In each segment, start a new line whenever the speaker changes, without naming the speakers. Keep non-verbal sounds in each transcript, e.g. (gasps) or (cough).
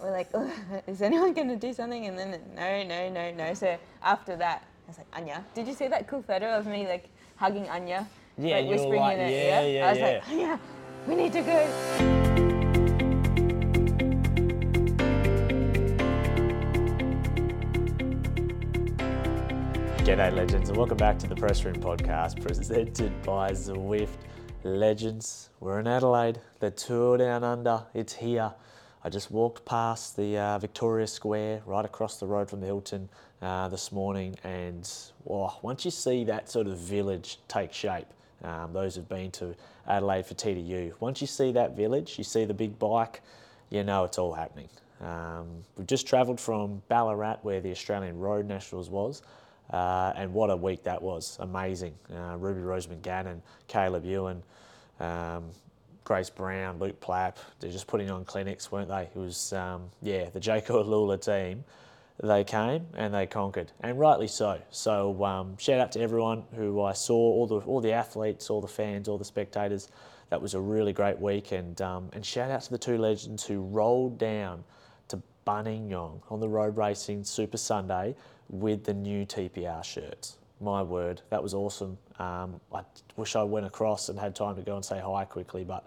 we're like, (laughs) "Ugh, is anyone going to do something? And then no, no, no, no. So after that, I was like, Anya, did you see that cool photo of me like hugging Anya?
Yeah,
like
you were like,
her
"Yeah,
ear?"
yeah,
I was
yeah.
like, Anya, we need to go.
G'day, legends, and welcome back to the Press Room Podcast presented by Zwift. Legends, we're in Adelaide. The tour down under, it's here. I just walked past the uh, Victoria Square right across the road from the Hilton uh, this morning, and oh, once you see that sort of village take shape, um, those who've been to Adelaide for TDU, once you see that village, you see the big bike, you know it's all happening. Um, we've just travelled from Ballarat, where the Australian Road Nationals was, uh, and what a week that was. Amazing. Uh, Ruby Rose McGannon, Caleb Ewan, um, Grace Brown, Luke Plapp. They're just putting on clinics, weren't they? It was, um, yeah, the Jacob Lula team. They came and they conquered, and rightly so. So um, shout out to everyone who I saw, all the all the athletes, all the fans, all the spectators. That was a really great week, and um, and shout out to the two legends who rolled down to Bunningong on the road racing Super Sunday with the new TPR shirts. My word, that was awesome. Um, I wish I went across and had time to go and say hi quickly, but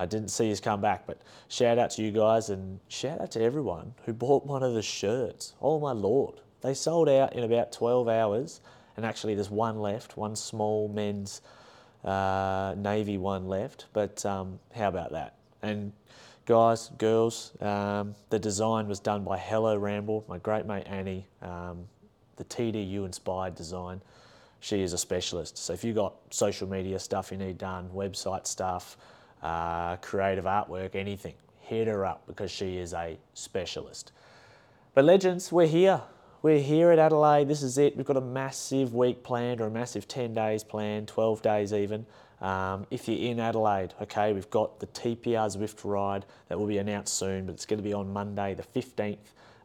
I didn't see his come back. But shout out to you guys and shout out to everyone who bought one of the shirts. Oh my lord, they sold out in about 12 hours, and actually there's one left, one small men's uh, navy one left. But um, how about that? And guys, girls, um, the design was done by Hello Ramble, my great mate Annie. Um, the TDU inspired design. She is a specialist. So if you got social media stuff you need done, website stuff, uh, creative artwork, anything, hit her up because she is a specialist. But legends, we're here. We're here at Adelaide. This is it. We've got a massive week planned, or a massive 10 days planned, 12 days even. Um, if you're in Adelaide, okay, we've got the TPR Zwift ride that will be announced soon, but it's going to be on Monday, the 15th,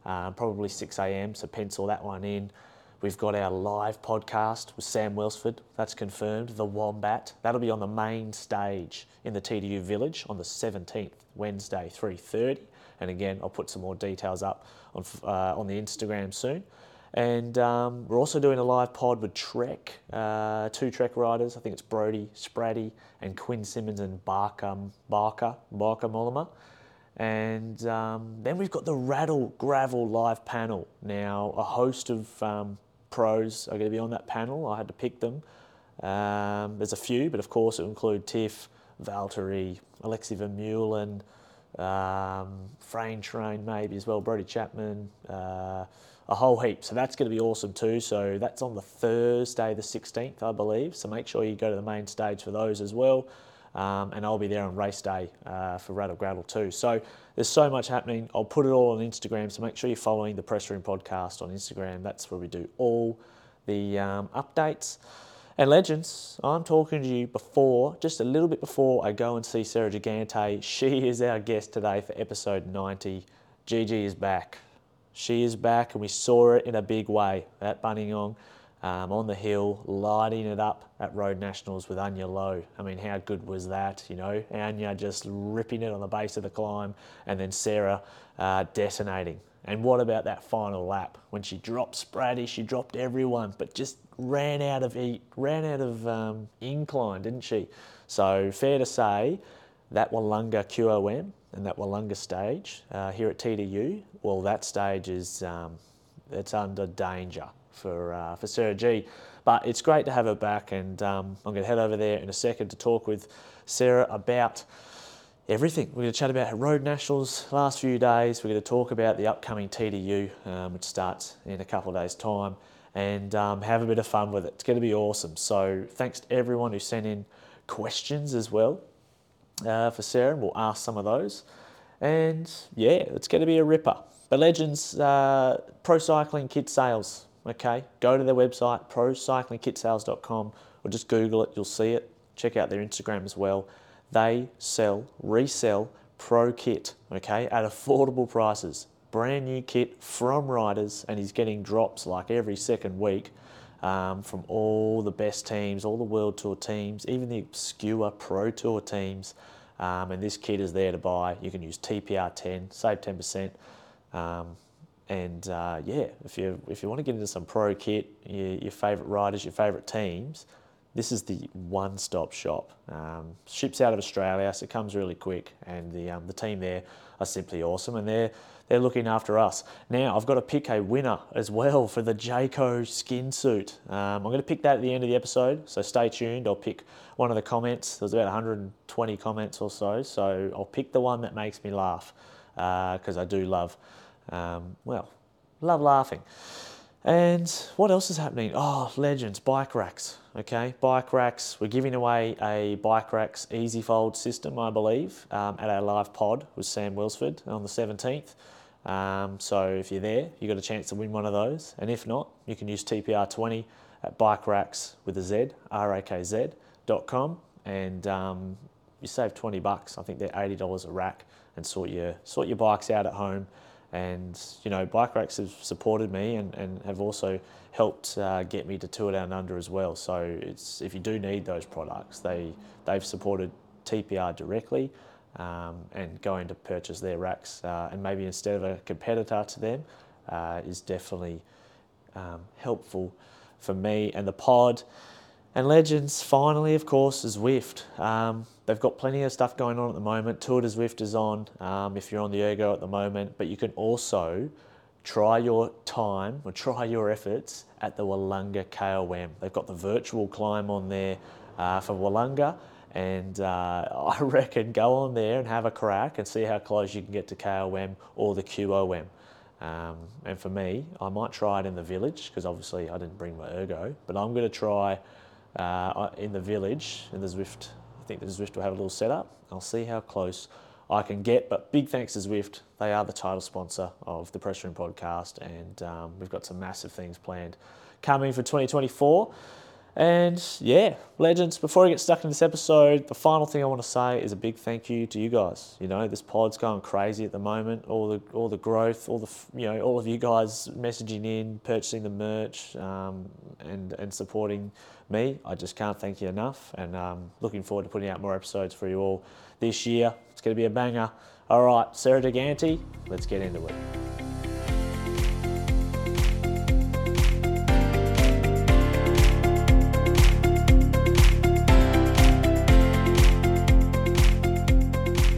uh, probably 6 a.m. So pencil that one in. We've got our live podcast with Sam Welsford. That's confirmed. The Wombat. That'll be on the main stage in the TDU Village on the 17th, Wednesday, 3:30. And again, I'll put some more details up on f- uh, on the Instagram soon. And um, we're also doing a live pod with Trek, uh, two Trek riders. I think it's Brody Spratty and Quinn Simmons and Barker Barker Barker Mollimer. And um, then we've got the Rattle Gravel live panel. Now, a host of um, pros are going to be on that panel. I had to pick them. Um, there's a few, but of course, it'll include Tiff, Valtteri, Alexi Vermeulen, um, Frame Train, maybe as well, Brody Chapman, uh, a whole heap. So that's going to be awesome too. So that's on the Thursday, the 16th, I believe. So make sure you go to the main stage for those as well. Um, and I'll be there on race day uh, for Rattle Graddle too. So there's so much happening. I'll put it all on Instagram, so make sure you're following the Press Room Podcast on Instagram. That's where we do all the um, updates. And legends, I'm talking to you before, just a little bit before I go and see Sarah Gigante. She is our guest today for episode 90. Gigi is back. She is back, and we saw it in a big way at Bunningong, um, on the hill, lighting it up at Road Nationals with Anya Lowe. I mean, how good was that? You know, Anya just ripping it on the base of the climb, and then Sarah uh, detonating. And what about that final lap when she dropped Spratty? She dropped everyone, but just ran out of heat, ran out of um, incline, didn't she? So fair to say that Wollonga QOM and that Wollonga stage uh, here at TDU, well, that stage is um, it's under danger for uh, for Sarah G. But it's great to have her back, and um, I'm going to head over there in a second to talk with Sarah about everything. We're going to chat about her road nationals last few days. We're going to talk about the upcoming TDU, um, which starts in a couple of days' time, and um, have a bit of fun with it. It's going to be awesome. So thanks to everyone who sent in questions as well uh, for Sarah, and we'll ask some of those. And yeah, it's going to be a ripper. But Legends uh, Pro Cycling Kit Sales, okay? Go to their website, procyclingkitsales.com, or just Google it, you'll see it. Check out their Instagram as well. They sell, resell pro kit, okay, at affordable prices. Brand new kit from Riders, and he's getting drops like every second week um, from all the best teams, all the World Tour teams, even the obscure Pro Tour teams. Um, and this kit is there to buy. You can use TPR 10, save 10%. Um, and uh, yeah, if you if you want to get into some pro kit, your, your favorite riders, your favorite teams, this is the one-stop shop. Um, ships out of Australia, so it comes really quick, and the um, the team there are simply awesome, and they're they're looking after us. Now I've got to pick a winner as well for the Jayco skin suit. Um, I'm going to pick that at the end of the episode, so stay tuned. I'll pick one of the comments. There's about 120 comments or so, so I'll pick the one that makes me laugh because I do love, um, well, love laughing. And what else is happening? Oh, legends, bike racks. Okay, bike racks. We're giving away a bike racks easy fold system, I believe, um, at our live pod with Sam Wilsford on the 17th. Um, so if you're there, you got a chance to win one of those. And if not, you can use TPR20 at bike racks with a Z, R A K Z dot com, and um, you save 20 bucks. I think they're $80 a rack and sort your, sort your bikes out at home and you know bike racks have supported me and, and have also helped uh, get me to tour down under as well so it's if you do need those products they they've supported tpr directly um, and going to purchase their racks uh, and maybe instead of a competitor to them uh, is definitely um, helpful for me and the pod and Legends, finally, of course, is Zwift. Um, they've got plenty of stuff going on at the moment. Tour de Zwift is on um, if you're on the Ergo at the moment, but you can also try your time or try your efforts at the Wollonga KOM. They've got the virtual climb on there uh, for Wollonga, and uh, (laughs) I reckon go on there and have a crack and see how close you can get to KOM or the QOM. Um, and for me, I might try it in the village because obviously I didn't bring my ergo, but I'm going to try uh, in the village, in the Zwift. I think the Zwift will have a little setup. I'll see how close I can get. But big thanks to Zwift. They are the title sponsor of the Press Room podcast, and um, we've got some massive things planned coming for 2024. And yeah, legends, before I get stuck in this episode, the final thing I want to say is a big thank you to you guys. You know, this pod's going crazy at the moment. All the all the growth, all the f- you know, all of you guys messaging in, purchasing the merch, um, and and supporting me. I just can't thank you enough. And um, looking forward to putting out more episodes for you all this year. It's going to be a banger. All right, Sarah DeGanti, let's get into it.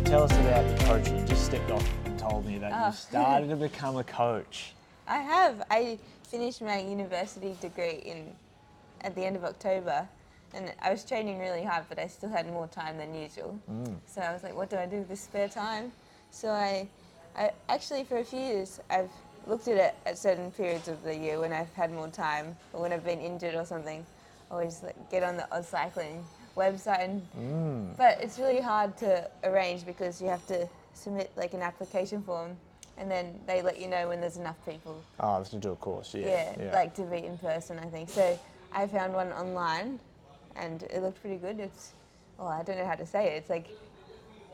Tell us about your coaching. You just stepped off and told me that
Oh.
you started to become a coach.
I have. I finished my university degree in at the end of October, and I was training really hard, but I still had more time than usual. So I was like, "What do I do with this spare time?" So I, I actually for a few years I've looked at it at certain periods of the year when I've had more time or when I've been injured or something. I always like, get on the Oz Cycling website and but it's really hard to arrange because you have to submit like an application form and then they let you know when there's enough people.
Oh, let's do a course. Yeah.
Yeah, like to be in person, I think. So I found one online and it looked pretty good. It's, oh, I don't know how to say it. It's like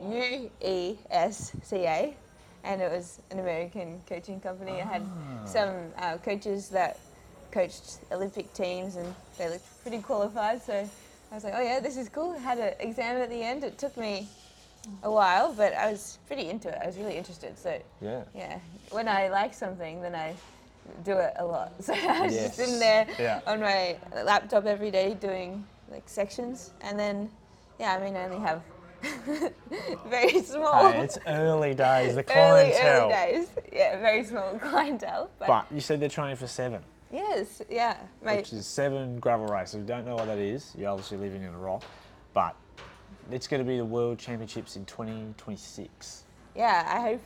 U E S C A. And it was an American coaching company. It had some uh, coaches that coached Olympic teams and they looked pretty qualified. So I was like, oh, yeah, this is cool. Had an exam at the end. It took me a while, but I was pretty into it. I was really interested. So (laughs)
yeah.
yeah, when I like something, then I do it a lot. (laughs) So I was just
Yes.
in there
Yeah.
on my laptop every day doing like sections, and then yeah, I mean I only have (laughs) very small, (laughs)
Hey, Uh, it's early days. The
early
clientele.
early days. Yeah, very small (laughs) clientele. But,
But you said they're training for seven,
yes, yeah, my,
which is seven gravel races. If you don't know what that is, you're obviously living in a rock. But it's going to be the World Championships in 2026.
yeah. I hope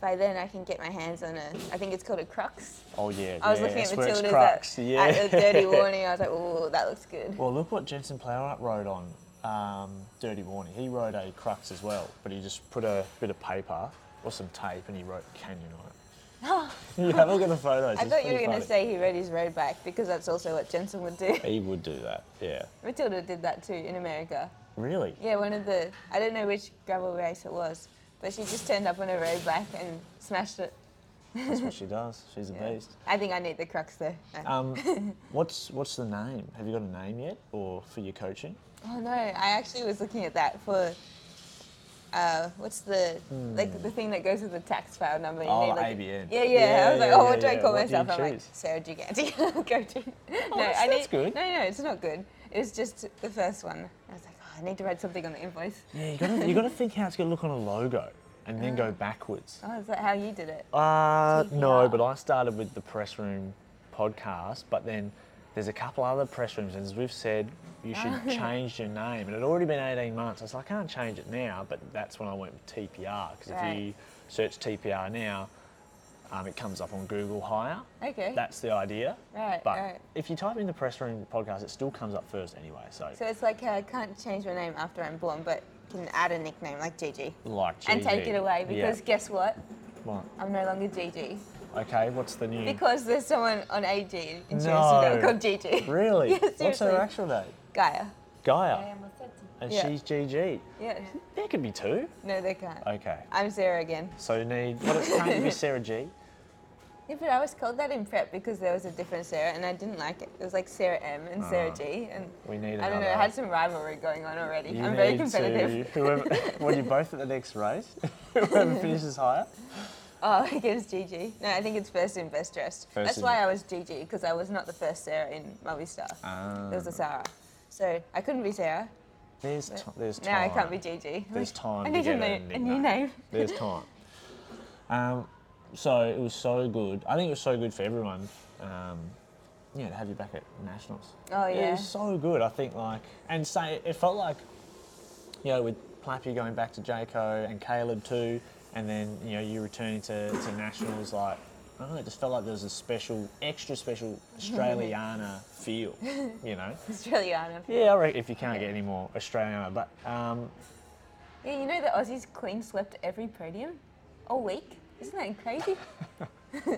by then I can get my hands on a. I think it's called a crux.
Oh yeah.
I was
yeah,
looking at
Swerve's
Matilda's
Crux,
at,
yeah.
at the
(laughs)
dirty warning. I was like, oh, that looks good.
Well, look what Jensen Plowright rode on um, Dirty Warning. He rode a crux as well, but he just put a bit of paper or some tape and he wrote Canyon
(laughs)
on it. (laughs) you have a look at the photos.
I
it's
thought you were
pretty
going to
funny.
say he rode his road bike because that's also what Jensen would
(laughs)
do. (laughs)
He would do that, yeah.
Matilda did that too in America.
Really?
Yeah, one of the, I don't know which gravel race it was, but she just turned up on a road bike and smashed it.
That's what she (laughs) does. She's a
Yeah.
beast.
I think I need the crux though. No.
Um, what's what's the name? Have you got a name yet, or for your coaching?
oh no, I actually was looking at that for uh, what's the like the thing that goes with the tax file number? You
Hmm. Oh,
need, like,
ABN.
Yeah, yeah.
Yeah,
I was like,
yeah,
oh,
yeah,
what do
yeah.
I call
What do you
myself? I'm like
choose? Oh,
Sarah Giganti. (laughs) Go to. no,
that's-
I need,
that's good.
No, no, it's not good. It's just the first one. I was like, oh, I need to write something on the invoice.
Yeah, you gotta you gotta think how it's gonna look on a logo, and then go backwards.
Oh, is that how you did it?
Ah. Uh, no,
TBR.
but I started with the press room podcast, but then there's a couple other press rooms, and as we've said, you should (laughs) change your name. And it had already been 18 months. I was like, I can't change it now, but that's when I went with TPR, because if
Right.
you search TPR now, um, it comes up on Google higher.
Okay.
That's the idea.
Right,
But
right.
if you type in the press room podcast, it still comes up first anyway. So,
So it's like uh, I can't change my name after I'm born, but can add a nickname like Gigi.
like
And take
GG.
it away
Yeah.
because guess what?
What?
I'm no longer Gigi.
Okay, what's the new?
Because (laughs) there's someone on AG insurance
Mm. No.
no. called Gigi.
(laughs)
(laughs)
Really?
Yeah,
what's her
seriously.
actual name?
Gaia.
Gaia. And
Yeah.
she's GG.
Yeah.
There could be two.
No, they can't.
Okay.
I'm Sarah again.
So you need what it can't
(laughs)
be Sarah G.
Yeah, but I was called that in prep because there was a different Sarah and I didn't like it. It was like Sarah M and Sarah
Ah.
G. And
We need
I don't know, I
another-
had some rivalry going on already.
You
I'm very
need
competitive. (laughs)
To, whoever, well, you both at the next race. (laughs) whoever finishes higher.
Oh, against Gigi. No, I think it's first in best dressed.
First
That's
in-
why I was Gigi because I was not the first Sarah in Mummy Star. There was a
Ah.
Sarah. So I couldn't be Sarah.
There's t- there's time.
Now I can't be Gigi.
There's
(laughs)
time.
I
to
need a,
get a,
name, a new name.
There's time. Um, so it was so good. I think it was so good for everyone. Um, yeah, to have you back at nationals.
Oh,
it
yeah.
was so good. I think like and say it felt like, you know, with Plappy going back to Jaco and Caleb too, and then you know you returning to, to nationals like. I don't know, it just felt like there was a special, extra special
(laughs)
Australiana feel, you know?
Australiana.
Yeah, I reckon if you can't get any more Australiana, but um,
Yeah, you know the Aussies clean swept every podium all week? Isn't that crazy?
well,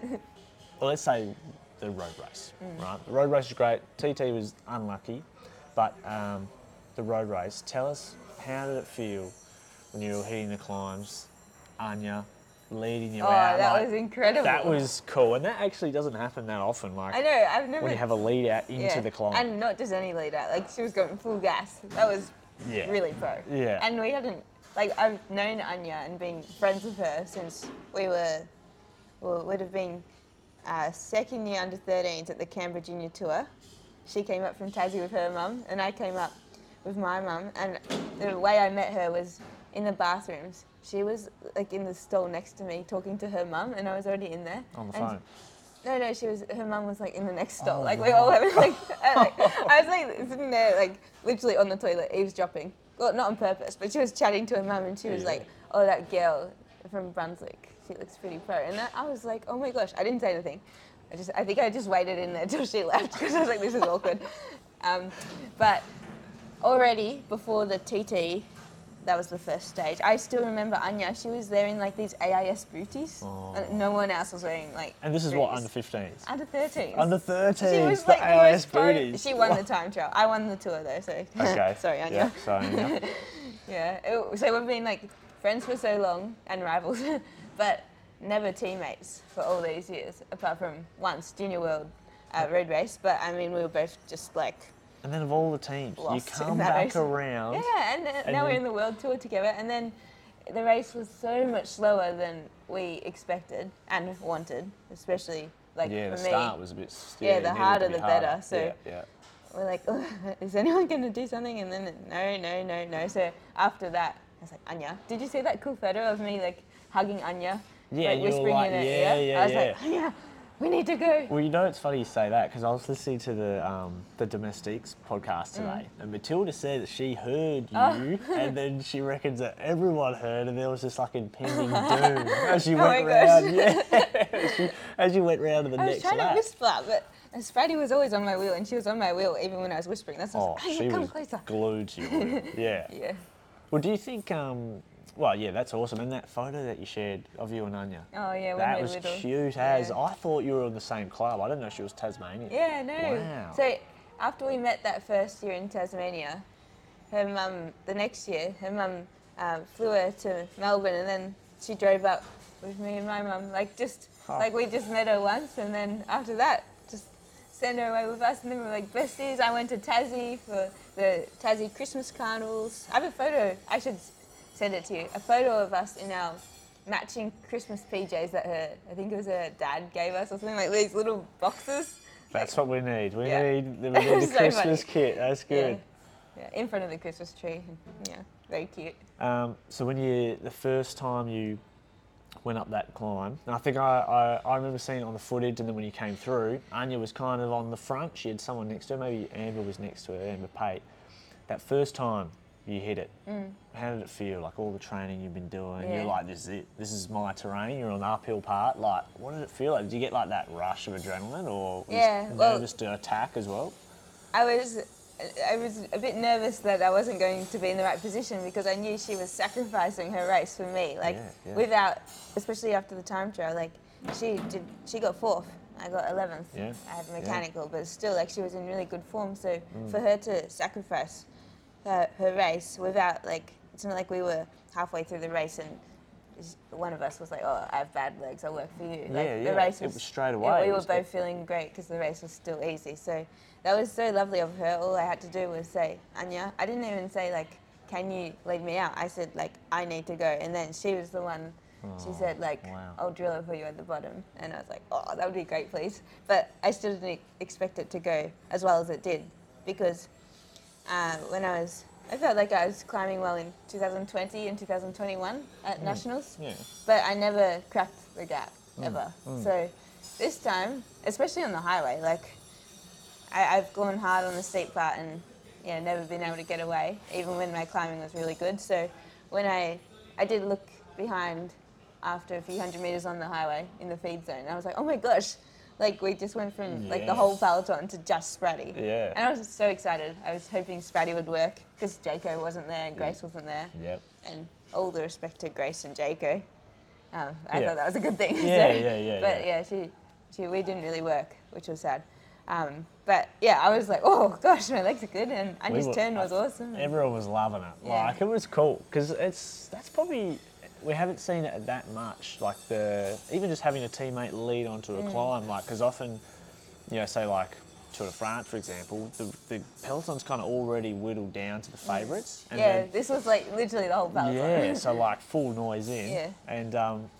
let's say the road race, right? The road race is great. TT was unlucky, but um, the road race. Tell us how did it feel when you were hitting the climbs, Anya leading you
Oh,
out?
that
like,
was incredible.
That was cool, and that actually doesn't happen that often. Like
I know, I've never.
when you have a lead out into
yeah,
the climb.
And not just any leader, like she was going full gas. That was
Yeah.
really pro.
Yeah.
And we hadn't, like, I've known Anya and been friends with her since we were, well, would have been uh, second year under 13s at the Canberra Junior Tour. She came up from Tassie with her mum, and I came up with my mum. And the way I met her was in the bathrooms. She was like in the stall next to me talking to her mum, and I was already in there.
on the
And-
phone.
no, no, she was. Her mum was like in the next stall.
Oh,
like we all having
(laughs)
like, (laughs) I, like I was like sitting there like literally on the toilet eavesdropping. Well, not on purpose, but she was chatting to her mum and she was
Yeah.
like, "Oh, that girl from Brunswick, she looks pretty pro." And I, I was like, "Oh my gosh!" I didn't say anything. I just, I think I just waited in there till she (laughs) left because I was like, "This is awkward." Um, but already before the TT, that was the first stage. I still remember Anya. She was there in like these AIS booties. And no one else was wearing like.
Oh. And this is what
booties.
under 15s.
Under 13.
Under 13s,
She was
the
like the
AIS
most pro-
booties.
She won the time trial. I won the tour though, so.
(laughs) Okay.
(laughs) Sorry, Anya.
Yeah, sorry, Anya.
Yeah. It- so we've been like friends for so long and rivals, (laughs) but never teammates for all these years, apart from once, Junior World uh, Road Race. But I mean, we were both just like.
and then of all the teams,
Lost
you
in
come
that
back
race.
around.
Yeah, and, uh, now
then-
we're in the World Tour together, and then the race was so much slower than we expected and wanted, especially like
Yeah, the
for me.
start was a bit.
Yeah, the
it needed to
harder
be
the
harder.
better, so-
yeah, yeah.
we're like, (laughs) "Ugh, is anyone going to do something? And then no, no, no, no. So after that, I was like, Anya, did you see that cool photo of me like hugging Anya?
Yeah,
like
you were like,
in her
"Yeah,
ear?
yeah,
I was like,
yeah."
Anya, we need to go.
Well, you know, it's funny you say that because I was listening to the um, the Domestics
Mm.
podcast today, and Matilda said that she heard
Oh.
you,
(laughs)
and then she reckons that everyone heard, and there was this like impending doom as you
Oh
went
my gosh.
round. (laughs) Yeah, as you, as you went round to the
I was
next
trying
lap.
to whisper, but as Freddie was always on my wheel, and she was on my wheel even when I was whispering. That's why I
Oh,
was like,
she
Anya, come
was
closer.
glued to you.
(laughs)
Yeah.
Yeah.
Well, do you think? Um, well, yeah, that's awesome. And that photo that you shared of you and Anya.
Oh yeah, when
That
we were
was
little.
cute as.
Yeah.
I thought you were in the same club. I didn't know she was Tasmanian.
Yeah, no.
Wow.
So after we met that first year in Tasmania, her mum, the next year, her mum um, flew her to Melbourne and then she drove up with me and my mum. Like, just,
Oh.
like we just met her once and then after that, just send her away with us. And then we were like besties. I went to Tassie for the Tassie Christmas carnivals. I have a photo. I should s- send it to you. A photo of us in our matching Christmas PJs that her, I think it was her dad gave us or something like these little boxes.
That's what we need. We
Yeah. (laughs)
need the, we need the
So
Christmas
funny.
kit. That's good.
Yeah. yeah, in front of the Christmas tree. Yeah, very cute.
Um, so when you the first time you went up that climb, and I think I, I, I remember seeing it on the footage, and then when you came through, Anya was kind of on the front. She had someone next to her. Maybe Amber was next to her. Amber Pate. That first time you hit it, how did it feel? Like all the training you've been doing,
Mm. Yeah.
you're like, this is it. This is my terrain. You're on the uphill part. Like, what did it feel like? Did you get like that rush of adrenaline, or was
Yeah, well-
nervous to attack as well?
I was I was a bit nervous that I wasn't going to be in the right position because I knew she was sacrificing her race for me. Like
Yeah, yeah.
without, especially after the time trial, like she did. She got fourth. I got eleventh.
Yeah,
I had
yeah. Mm.
mechanical, but still, like she was in really good form. So for her to sacrifice her, her race without like it's not like we were halfway through the race and s- one of us was like, "Oh, I have bad legs. I'll work for you." Like
Yeah,
the
yeah.
race
It
was,
was straight
yeah,
away. It
we were
was-
both feeling great because the race was still easy. So that was so lovely of her. All I had to do was say, "Anya," I didn't even say like, "Can you lead me out?" I said like, "I need to go," and then she was the one. She said like,
wow.
"I'll drill it for you at the bottom," and I was like, "Oh, that would be great, please." But I still didn't e- expect it to go as well as it did because uh, when I was, I felt like I was climbing well in 2020 and 2021 at nationals,
Yeah.
but I never cracked the gap ever. So this time, especially on the highway, like I, I've gone hard on the steep part and yeah, never been able to get away, even when my climbing was really good. So when I I did look behind after a few hundred meters on the highway in the feed zone, I was like, oh my gosh. Like we just went from like the
Yeah.
whole peloton to just Spratty.
Yeah.
And I was so excited. I was hoping Spratty would work because Jaco wasn't there and Grace wasn't there.
Yep.
And all the respect to Grace and Jaco. Um, I
Yeah.
thought that was a good thing.
Yeah, yeah, yeah,
But
yeah.
yeah, she, she, we didn't really work, which was sad. Um, but yeah, I was like, oh gosh, my legs are good, and I
We
just
were-
turned was
I-
awesome.
Everyone was loving it.
Yeah.
Like it was cool because it's that's probably we haven't seen it that much. Like the even just having a teammate lead onto
Mm.
a climb, like because often you know say like Tour de France for example, the, the peloton's kind of already whittled down to the favourites. and
Mm. yeah,
then-
this was like literally the whole peloton. (laughs)
yeah, so like full noise in.
Yeah.
And um,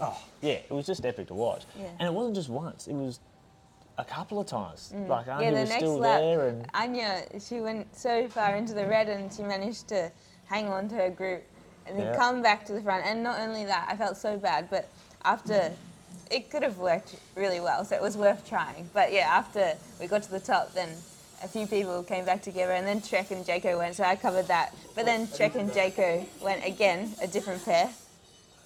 oh yeah, it was just epic to watch.
Yeah.
And it wasn't just once; it was a couple of times. Like
Mm. yeah,
Andy
the
was
next
still
lap, (laughs)
there, and
Anya, she went so far into the red and she managed to hang on to her group and then
Yeah.
come back to the front. And not only that, I felt so bad, but after it could have worked really well, so it was worth trying. But yeah, after we got to the top, then a few people came back together, and then Trek and Jaco went, so I covered that. But then Trek and Jaco went again, a different pair,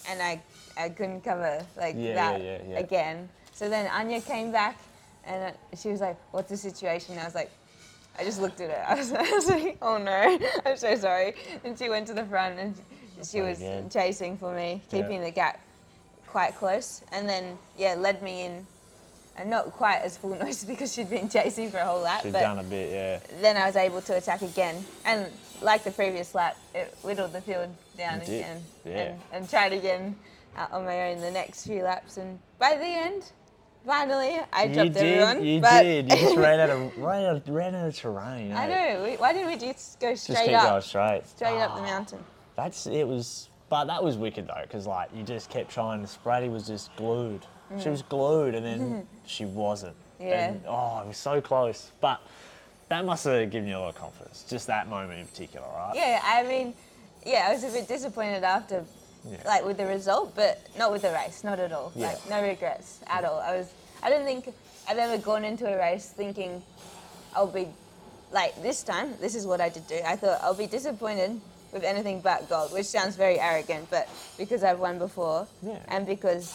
and I, I couldn't cover like
Yeah,
that
yeah, yeah, yeah.
again. So then Anya came back, and uh, she was like, "What's the situation?" I was like, "I just looked at her. (laughs) I was, I was like, oh no, (laughs) I'm so sorry." And she went to the front, and she
Not
was
again.
chasing for me, keeping the gap quite close, and then yeah, led me in, and not quite as full (laughs) noise because she'd been chasing for a whole lap,
she'd
but
done a bit. Yeah.
then I was able to attack again. And like the previous lap, it whittled the field down
It did,
again.
yeah.
And, and tried again uh, on my own the next few laps. And by the end, finally, I
You
dropped
did,
everyone.
you
but
did. You
(laughs)
just ran out of ran out, ran out of terrain.
I
eh?
know. We, why didn't we just go straight
Just keep
up?
going straight.
Straight up the
Ah,
mountain.
That's it was, but that was wicked though, because like you just kept trying. Sprady was just glued. She was glued, and
(laughs)
then she wasn't.
Mm. Yeah.
And, oh, it was so close, but that must have given you a lot of confidence. Just that moment in particular, right?
Yeah, I mean, yeah, I was a bit disappointed after,
Yeah.
like with the result, but not with the race, not at all.
Yeah.
Like no regrets at all. I was, I don't think I've ever gone into a race thinking I'll be, like this time, this is what I did do. I thought I'll be disappointed with anything but gold, which sounds very arrogant, but because I've won before,
Yeah.
and because.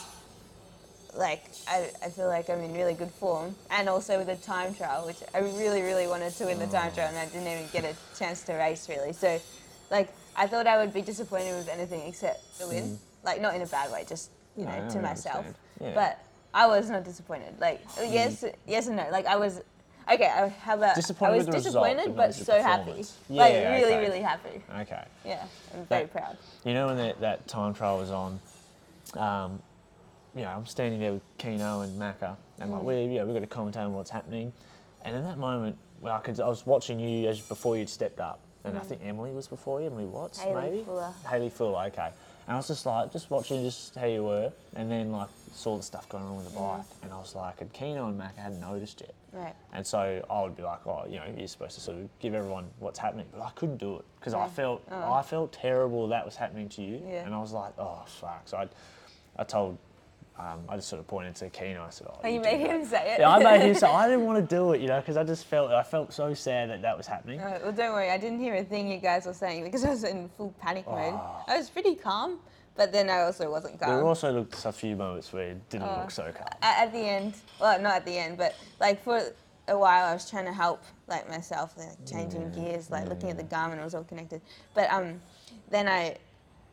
Like I, I feel like I'm in really good form, and also with the time trial, which I really, really wanted to win the time trial, and I didn't even get a chance to race really. So like I thought I would be disappointed with anything except the win. Like not in a bad way, just you
No,
know,
no,
to
Mm. I
myself.
understand. Yeah. Mm.
But I was not disappointed. Like yes, yes and no. Like I was okay. I, how about
Disappointed
I was
with the result,
disappointed,
but not
but
with the
so happy.
performance.
like
Yeah,
really,
okay.
really happy.
Okay.
Yeah, I'm very
That-
proud.
You know when that, that time trial was on, um, you know, I'm standing there with Keno and Macca, and
Mm.
like we, you know, we've got to commentate on what's happening. And in that moment, when I could, I was watching you as before you'd stepped up, and I think Emily was before you, Emily Watts,
Mm. Hayley
maybe?
Fuller.
Haley Fuller, okay. And I was just like, just watching just how you were, and then like saw the stuff going on with the bike, and I was like, and Keno and Mac hadn't noticed yet.
Mm. Right.
And so I would be like, oh, you know, you're supposed to sort of give everyone what's happening, but I couldn't do it because I
Yeah.
felt I felt terrible that was happening to you,
Oh. Yeah.
and I was like, oh fuck. So I, I told, um, I just sort of pointed to Keno. I said, oh,
Oh, you
did
made
that."
him say it.
Yeah, I made him. So I didn't want to do it, you know, because I just felt I felt so sad that that was happening.
Alright, Uh, well, don't worry. I didn't hear a thing you guys were saying because I was in full panic mode. I was pretty calm, but then I also wasn't
There
calm.
were also looked a few moments where it didn't
Oh.
look so calm.
at, at the end, well, not at the end, but like for a while, I was trying to help like myself, like changing gears, like looking at the Garmin, it was all connected. But um, then I,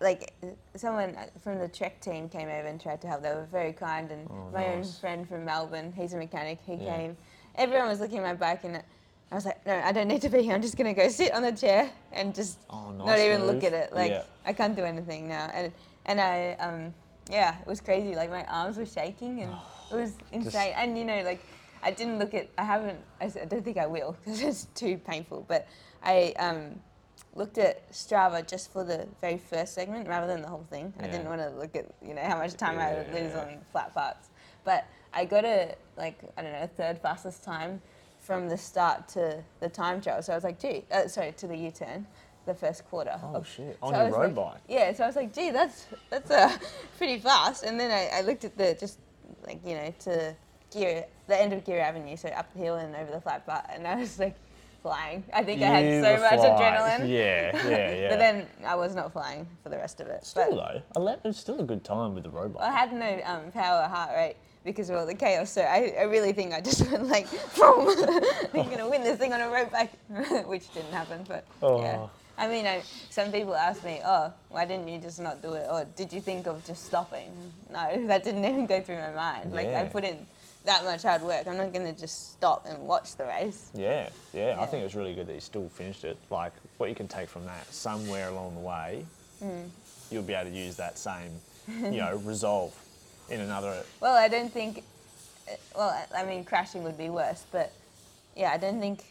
like, someone from the Trek team came over and tried to help. They were very kind, and my own
Oh, nice.
friend from Melbourne, he's a mechanic, he
Yeah.
came. Everyone was looking at my bike, and I was like, no, I don't need to be here. I'm just gonna go sit on the chair and just
Oh,
not
nice
even look
move.
at it. Like
Yeah.
I can't do anything now. And and I um yeah, it was crazy. Like my arms were shaking
(sighs)
and it was insane. and you know like I didn't look at I haven't I s- I don't think I will because (laughs) it's too painful. But I um looked at Strava just for the very first segment rather than the whole thing. I
Yeah.
didn't want to look at you know how much time I would lose
Yeah.
on flat parts. But I got a like I don't know third fastest time from the start to the time trial. So I was like, gee, uh, sorry, to the U-turn, the first quarter.
Oh shit!
So
On
I
your
was
road
like-
bike.
Yeah, so I was like, gee, that's that's uh, (laughs) pretty fast. And then I, I looked at the just like you know to gear the end of Gear Avenue, so up the hill and over the flat part, and I was like flying. I think I
You
had
were
so much
flying.
adrenaline. (laughs)
Yeah, yeah, yeah.
But then I was not flying for the rest of it.
still
but
though, I left, it was still a good time with the road
I
bike.
had no um, power heart rate because of all the chaos. So I, I really think I just (laughs) went like, boom, (laughs) I'm gonna win this thing on a road bike, (laughs) which didn't happen. But yeah,
Oh.
I mean, I, some people ask me, oh, why didn't you just not do it, or did you think of just stopping? No, (laughs) that didn't even go through my mind. Like I
Yeah.
put in that much hard work. I'm not gonna just stop and watch the race.
Yeah, yeah,
Yeah.
I think it was really good that you still finished it. Like what you can take from that, somewhere along the way,
Hmm.
you'll be able to use that same,
(laughs)
you know, resolve in another.
Well, I don't think. uh, Well, I- I mean, crashing would be worse, but yeah, I don't think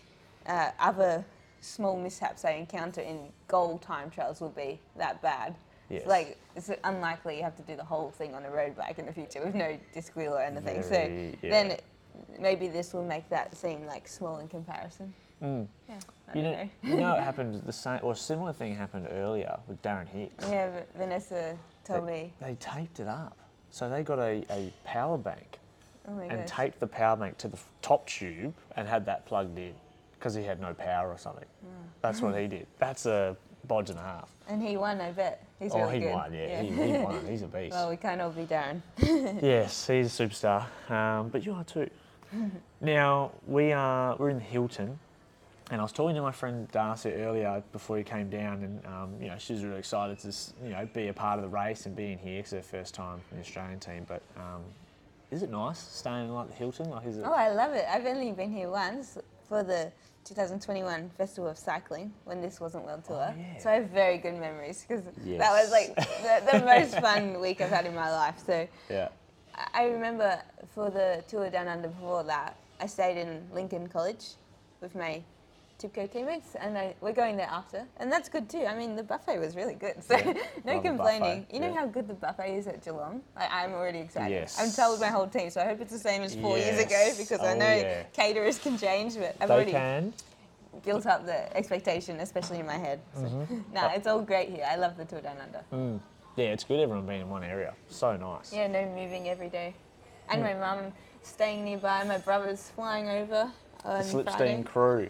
uh, other small mishaps I encounter in goal time trials will be that bad.
Yes.
Like, it's unlikely you have to do the whole thing on a road bike in the future with no disc wheel or anything.
Very-
so
yeah.
then maybe this will make that seem like small in comparison. Yeah, I
Mm. You
don't
know,
know.
you
(laughs)
know, it happened the same or a similar thing happened earlier with Darren Hicks.
(laughs) Yeah, but Vanessa told me.
They taped it up, so they got a, a power bank
Oh my
and
gosh.
taped the power bank to the f- top tube and had that plugged in because he had no power or something.
Hmm.
That's what he did. That's a bodge and a half.
and he won, I bet. He's
oh,
really
he
good.
won,
(laughs)
yeah. He, he won. He's a beast.
well, we can't all be Darren.
yes, he's a superstar. Um, but you
(laughs)
are too. now we are we're in Hilton, and I was talking to my friend Darcy earlier before he came down, and um, you know she was really excited to s- you know be a part of the race and be in here 'cause her first time in the Australian team. But um, is it nice staying in like the Hilton? Like is it?
Oh, I love it. I've only been here once for the 2021 Festival of Cycling when this wasn't World Tour.
Oh, yeah.
So I have very good memories because that was
Yes.
like the, the
(laughs)
most fun week I've had in my life. So
Yeah.
I- I remember for the Tour Down Under before that, I stayed in Lincoln College with my Tipco teammates and I, we're going there after. And that's good too. I mean, the buffet was really good. So
Yeah.
(laughs) no
Love a
complaining.
buffet,
You know
yeah.
how good the buffet is at Geelong? Like, I'm already excited.
Yes.
I'm told my whole team, so I hope it's the same as four years ago
Yes.
because I
Oh,
know
yeah.
caterers can change, but I've
They
already
can.
built up the expectation, especially in my head. So,
Mm-hmm.
(laughs) no, it's all great here. I love the Tour Down Under.
Yeah, it's good everyone being in one area. So nice.
Yeah, no moving every day. And my mum staying nearby, my brother's flying over on Friday.
Slipstein crew.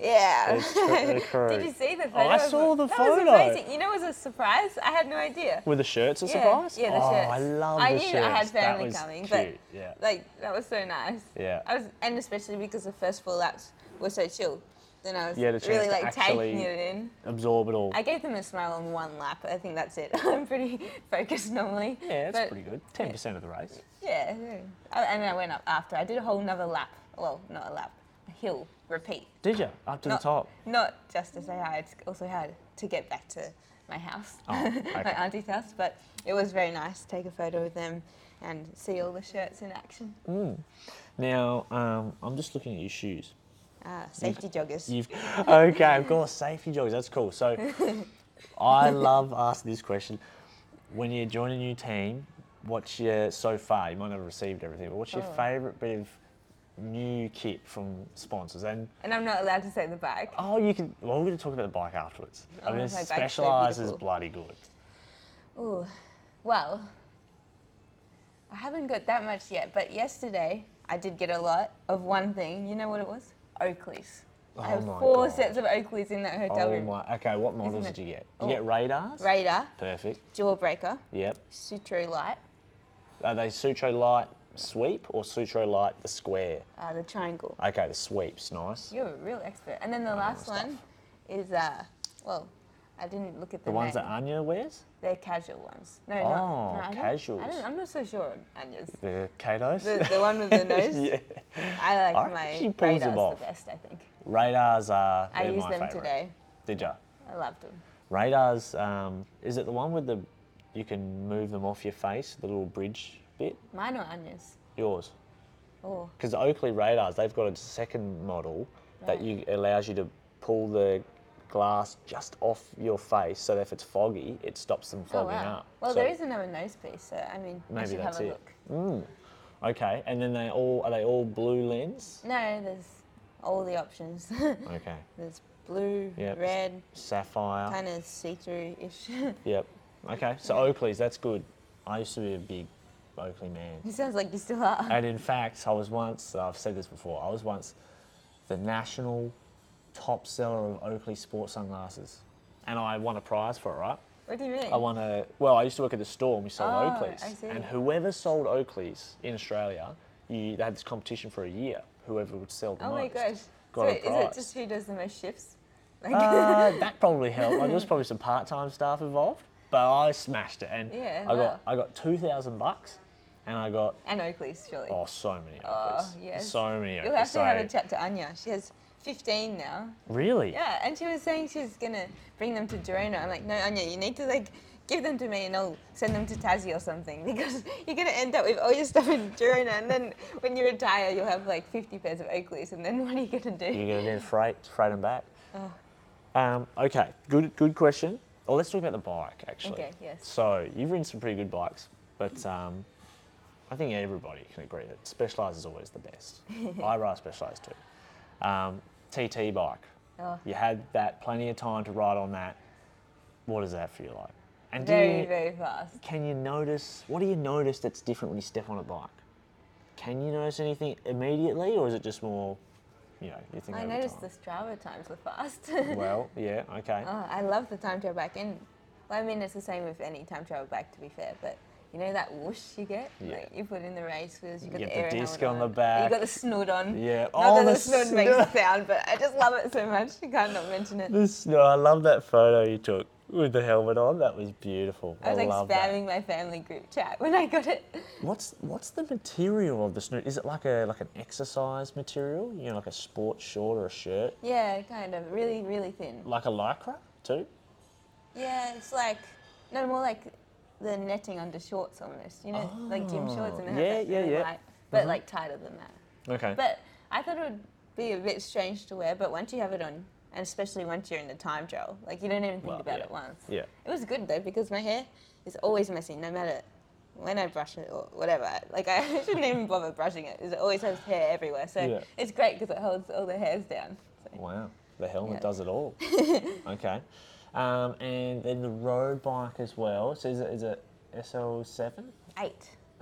Yeah.
It's tr- the crew.
(laughs) Did you see the photo?
Oh, I
of
saw
it?
the
that
photo.
was amazing. You know, it was a surprise. I had no idea.
Were the shirts a
Yeah,
surprise?
yeah, the
oh, I
shirts.
love
I
the
knew
shirts.
I had
That
family
was
coming, but-
cute. yeah.
Like that was so nice.
Yeah.
I was, and especially because the first four laps were so chill. Then I was
You had a chance
really
to
like taking
actually-
it in.
Absorb it all.
I gave them a smile on one lap. I think that's it. (laughs) I'm pretty focused normally.
yeah, that's
but-
pretty good. Ten percent of the race.
Yeah, yeah. I- and I went up after. I did a whole nother lap. Well, not a lap, a hill repeat.
Did you up to
not,
the top?
Not just to say hi. It's also hard to get back to my house,
Oh, okay.
(laughs) my auntie's house. But it was very nice to take a photo with them and see all the shirts in action.
Now um, I'm just looking at your shoes.
Ah, safety joggers.
You've, okay, of course, safety joggers. That's cool.
(laughs)
So, I love asking this question. When you join a new team, what's your so far? You might not have received everything, but what's your
Oh.
favourite bit of new kit from sponsors? And
and I'm not allowed to say the bike.
oh, you can. Well, we're going to talk about the bike afterwards. I
Oh,
mean,
my bike's so
Specialized is
beautiful.
bloody good.
Ooh, well, I haven't got that much yet, but yesterday I did get a lot of one thing. You know what it was? Oakleys. I have
Oh my
four
God.
sets of Oakleys in that hotel
Oh
room.
my. Okay, what models
it-
did you get? You
oh.
get radars.
Radar,
Perfect.
Jawbreaker,
Yep.
Sutro Light,
Are they Sutro Light sweep or Sutro Light the square?
uh, the triangle.
Okay, the sweep's nice.
You're a real expert. And then the last
stuff.
one is, uh, well, I didn't look at the,
The ones
name.
that Anya wears?
They're casual ones. No,
Oh,
not, no, I don't-
casuals.
I don't, I'm not so sure on
(laughs)
Anya's.
The Kato's?
The, the one with
(laughs)
the nose.
yeah.
I like
I reckon
my
she pulls them
radar's
off.
the best, I think.
Radars are
I
they're
used
my
them
favourite.
today.
Did ya?
I loved them.
Radars, um, is it the one with the, you can move them off your face, the little bridge bit?
Mine or Anya's?
Yours?
Oh,
Because the Oakley radars, they've got a second model that you allows you to pull the glass just off your face so that if it's foggy, it stops them
oh
fogging
wow.
up.
Well,
So-
there is another nose piece, so I mean, I
Maybe
should
that's
have a
it.
look.
Okay, and then they all, are they all blue lens?
No, there's all the options. (laughs)
Okay.
there's blue,
Yep.
red,
Sapphire.
kind of see-through (laughs) ish.
Yep. Okay. So Oakley's, that's good. I used to be a big Oakley man.
it sounds like you still are.
And in fact, I was once, I've said this before, I was once the national top seller of Oakley sports sunglasses. And I won a prize for it, right?
What do you mean?
I won a, well, I used to work at the store and we sold
Oh,
Oakley's.
I see.
And whoever sold Oakley's in Australia, you, they had this competition for a year, whoever would sell the
oh my
most.
gosh. so
Got a
is
prize.
it just who does the most shifts? Like,
Uh,
(laughs)
that probably helped. Like, there was probably some part-time staff involved, but I smashed it, and
Yeah,
I got
wow.
I got two thousand bucks, and I got
and Oakley's surely.
oh so many
Oh,
offers,
yes.
so many offers.
You'll have to have a
so-
chat to Anya. She has 15 now.
Really?
Yeah, and she was saying she's gonna bring them to Girona. I'm like, no, Anya, you need to like give them to me and I'll send them to Tassie or something (laughs) because you're gonna end up with all your stuff in Girona and then when you retire you'll have like 50 pairs of Oakleys and then what are you gonna do?
You're gonna then freight freight them back.
Oh.
Um, okay, good good question. Well, let's talk about the bike actually.
Okay, yes.
So you've ridden some pretty good bikes, but um, I think everybody can agree that Specialized is always the
(laughs)
best. I ride Specialized too. Um, TT bike.
Oh.
You had that plenty of time to ride on that. What is that feel like? And do
Very
you,
very fast.
can you notice what do you notice that's different when you step on a bike? Can you notice anything immediately, or is it just more, you know, you think
I
over
noticed
time?
the Strava times were fast. (laughs)
Well, yeah, okay.
oh, I love the time travel back in. Well, I mean it's the same with any time travel back to be fair, but. You know that whoosh you get?
Yeah.
Like you put in the race wheels, you got
Get
the
the
air helmet
disc on the
You
back.
got the snood on.
Yeah.
Not
Oh,
that the,
the
snood,
(laughs)
makes
snood.
a sound, but I just love it so much. You can't not mention
(laughs)
it.
This, no, I love that photo you took with the helmet on. That was beautiful.
I was like
love that.
spamming my family group chat when I got it.
What's what's the material of the snoot? Is it like a like an exercise material? You know, like a sports short or a shirt,
Yeah, kind of. Really, really thin.
like a lycra too.
Yeah, it's like no more like the netting under shorts almost. You know, like gym shorts and they have
yeah,
that
Oh. yeah,
really
yeah. Mm-hmm.
light, but like tighter than that.
Okay.
But I thought it would be a bit strange to wear, but once you have it on, and especially once you're in the time trial, like you don't even think
Well,
about
yeah.
it once.
Yeah.
It was good though because my hair is always messy, no matter when I brush it or whatever. Like I (laughs) shouldn't even bother brushing it. 'cause It always has hair everywhere, so
Yeah.
it's great because it holds all the hairs down. So.
Wow, the helmet
Yeah.
does
(laughs)
it all. okay, um, and then the road bike as well. So is it is it SL seven?
Eight.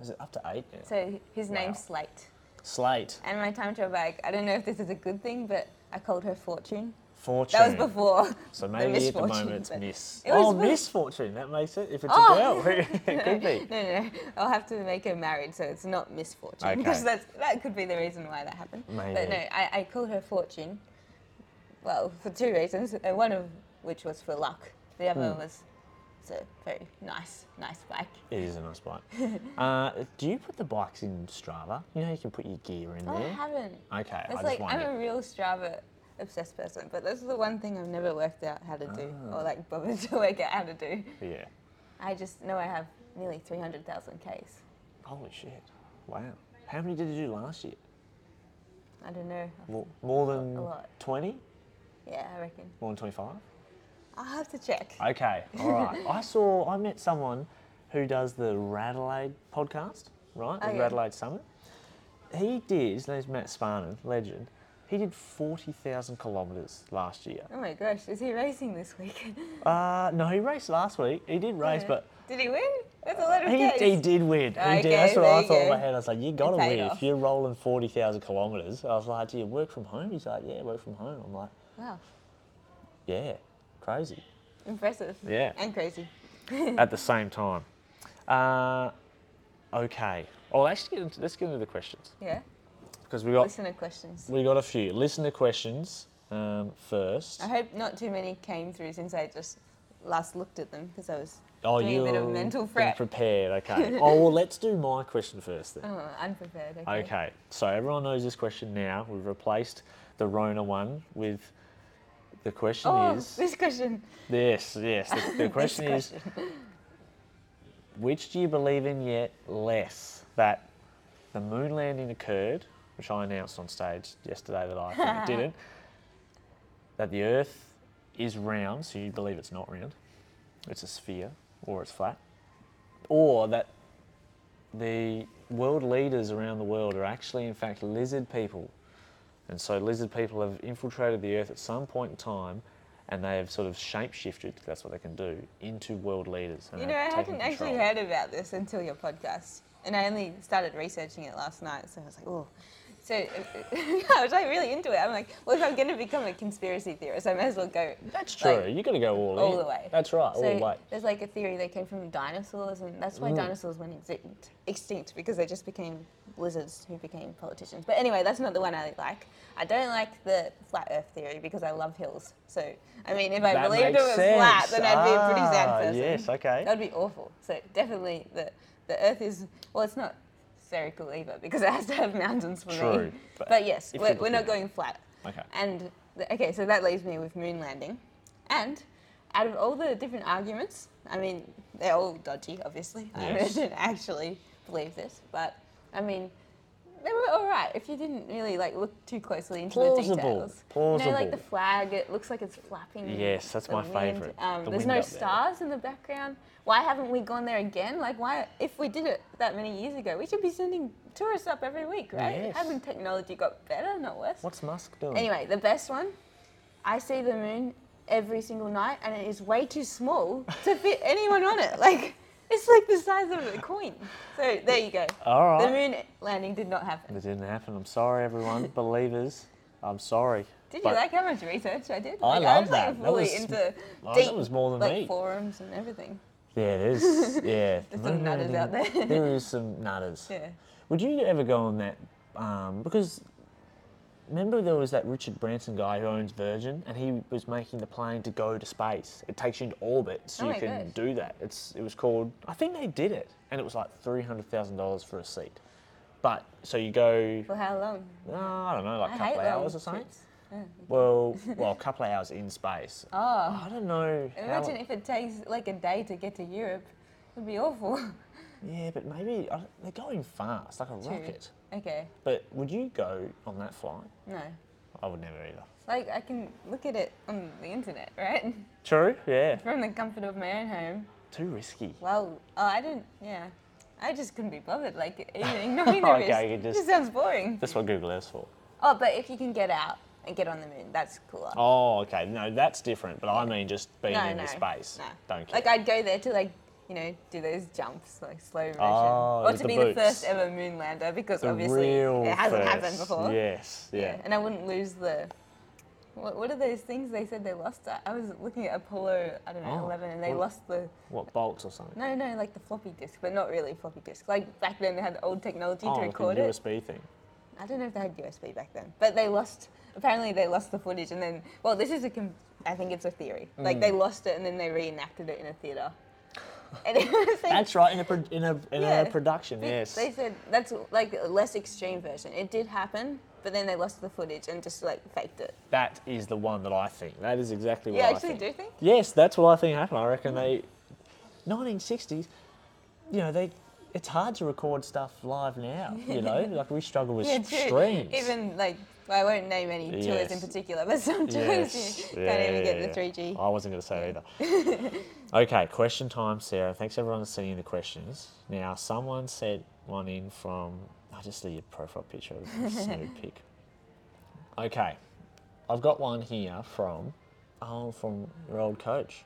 Is it up to eight? now?
So his name's
Wow.
Slate,
Slate,
and my time travel bag. I don't know if this is a good thing, but I called her Fortune.
fortune.
That was before. (laughs)
So
the
maybe at the
misfortune,
moment it's
but-
miss.
It was
oh,
with-
misfortune. That makes it. If it's
Oh.
a girl, (laughs) it could be.
(laughs) No, no, no. I'll have to make her married, so it's not misfortune.
Okay.
Because that's, that could be the reason why that happened.
Maybe.
But no, I, I called her fortune. Well, for two reasons. uh, One of which was for luck. The other
Hmm.
was it's a very nice, nice bike.
It is a nice bike. uh, do you put the bikes in Strava? You know you can put your gear in
Oh, I
there.
haven't.
Okay, I
It's
just
like I'm
wondered.
a real Strava obsessed person, but that's the one thing I've never worked out how to do,
Ah.
or like bothered (laughs) to work out how to do.
Yeah.
I just know I have nearly 300,000 Ks.
Holy shit! Wow. How many did you do last year?
I don't know.
More, more
A
than
lot.
20?
Yeah, I reckon.
More than 25?
I'll have to check.
Okay, all
(laughs)
right. I saw, I met someone who does the Radelaide podcast, right? The
Oh, yeah.
Radelaide Summit. He did, his name's Matt Sparnan, legend. He did 40,000 kilometres last
(laughs)
year.
Oh my gosh, is he racing this week?
Uh, no, he raced last week. He did race,
Yeah.
but
(laughs) Did he win? That's a lot of
he,
case.
he did win. He
Okay,
did. That's what I
there you
thought in my
go.
head. I was like, you got to
paid
win. If
off.
you're rolling 40,000 kilometres, I was like, do you work from home? He's like, yeah, I work from home. I'm like,
Wow,
yeah, crazy.
impressive.
Yeah.
And crazy.
at the same time. Uh, okay. Well, let's get into, let's get into the questions
Yeah.
because we got
Listener questions.
we got a few listener questions um, first.
I hope not too many came through since I just last looked at them because I was
Oh,
doing a bit of
you've
mental
been
prep.
prepared.
(laughs)
Okay. oh well, let's do my question first then.
oh, unprepared. (laughs) Okay.
Okay. So everyone knows this question now. We've replaced the Rona one with the question
Oh,
is
this question.
Yes, yes.
(laughs)
The, the question is, which do you believe in yet less? That the moon landing occurred, which I announced on stage yesterday
(laughs)
that I think it didn't. That the Earth is round, so you believe it's not round. It's a sphere, or it's flat. Or that the world leaders around the world are actually, in fact, lizard people. And so lizard people have infiltrated the earth at some point in time and they have sort of shapeshifted, that's what they can do, into world leaders. And
You know,
they've
I
taken
hadn't actually
control.
heard about this until your podcast, and I only started researching it last night. So I was like, oh. So (laughs) I was like really into it. I'm like, well, if I'm going to become a conspiracy theorist, I may as well go.
That's true.
like,
you got to go all,
all
in.
the way.
That's Oh, right, Mm. all
so
the way.
there's like a theory they came from dinosaurs, and that's why dinosaurs went extinct, extinct because they just became lizards who became politicians. But anyway, that's not the one I like. I don't like the flat Earth theory because I love hills. So I mean, if I
That
believed it
makes
was flat,
sense.
then I'd be a pretty
Ah,
sad person.
yes, okay.
That'd be awful. So definitely the the Earth is well, it's not spherical either because it has to have mountains for
True,
me.
but
But, yes,
if
we're,
you're
we're not
looking
going flat.
Okay.
And the, okay, so that leaves me with moon landing. And out of all the different arguments, I mean, they're all dodgy, obviously. I mean, I (laughs)
Yes.
didn't actually believe this, but I mean, they were all right if you didn't really like look too closely into the
Plausible,
details. You know, like the
plausible.
flag, it looks like it's flapping.
Yes, that's
the
my
wind.
favourite,
Um,
the
there's
wind
no
up there.
stars in the background. Why haven't we gone there again? Like, why? If we did it that many years ago, we should be sending tourists up every week, right?
Yes.
Hasn't technology got better, not worse?
What's Musk doing?
Anyway, the best one. I see the moon every single night, and it is way too small to fit anyone on it. (laughs) Like it's like the size of a coin. So there you go.
All
The
right.
moon landing did not happen.
It didn't happen. I'm
(laughs)
sorry, everyone. Believers, I'm sorry.
Did you
But
like how much research I did?
I
Like,
love
was,
that.
Like,
That
fully
was-
into
Oh,
deep
that was more than
like,
me.
forums and everything.
Yeah, it is. Yeah.
(laughs) There's some nutters out there.
there is some nutters.
Yeah.
Would you ever go on that? Um, because remember there was that Richard Branson guy who owns Virgin, and he was making the plane to go to space. It takes you into orbit, so
Oh
you
my
can
gosh.
do that. It's it was called. I think they did it, and it was like three hundred thousand dollars for a seat. But so you go.
For how long?
uh, I don't know, like
I hate
a couple of
long
hours or something.
trips. (laughs)
Well, well, a couple of hours in space.
Oh,
I don't know. how-
imagine if it takes like a day to get to Europe. It'd be awful. (laughs)
yeah, but maybe I don't- they're going fast, like a rocket.
okay.
But would you go on that flight?
No.
I would never either.
Like I can look at it on the internet, right?
True. Yeah.
From the comfort of my own home.
Too risky.
Well, oh, I didn't. Yeah, I just couldn't be bothered. Like (laughs) even ignoring the
(laughs) Okay,
risk.
you
It
just-
just sounds boring.
That's what Google is for.
Oh, but if you can get out and get on the moon, that's cooler.
Oh, okay. No, that's different. But I mean, just being
no,
in
no,
the space.
no.
Don't care.
Like I'd go there to like you know do those jumps like slow motion, or
Oh,
to
with the
be
boots.
the first ever moon lander because
the
obviously
real
it hasn't happened
first.
before.
Yes. Yeah.
and I wouldn't lose the. What, what are those things they said they lost? I, I was looking at Apollo, I don't know,
Oh,
11, and they
well-
lost the
What bulks or something?
No, no, like the floppy disk, but not really floppy disk. Like back then they had old technology
oh,
to
like a
record it.
USB thing.
I don't know if they had USB back then, but they lost. Apparently they lost the footage, and then well, this is a. Com- I think it's a theory. Like
Mm.
they lost it, and then they reenacted it in a
(laughs)
theater. And it was like,
That's right. In a pro- in a in
Yeah.
a production.
they-
Yes.
They said that's like a less extreme version. It did happen, but then they lost the footage and just like faked it.
That is the one that I think. That is exactly
you
what I
actually
think.
do think?
Yes, that's what I think happened. I reckon they, 1960s, you know, they it's hard to record stuff live now.
(laughs)
You know, like we struggle with
Yeah, true.
streams.
Even like I won't name any tours in
Yes.
particular, but some tours (laughs)
Yes.
you can't even get the three G.
Oh, I wasn't going to say that either. okay, question time, Sarah. Thanks everyone for sending in the questions. Now, someone sent one in from. I just see your profile picture. It was a
(laughs)
snood pic. Okay, I've got one here from. Oh, from your old coach.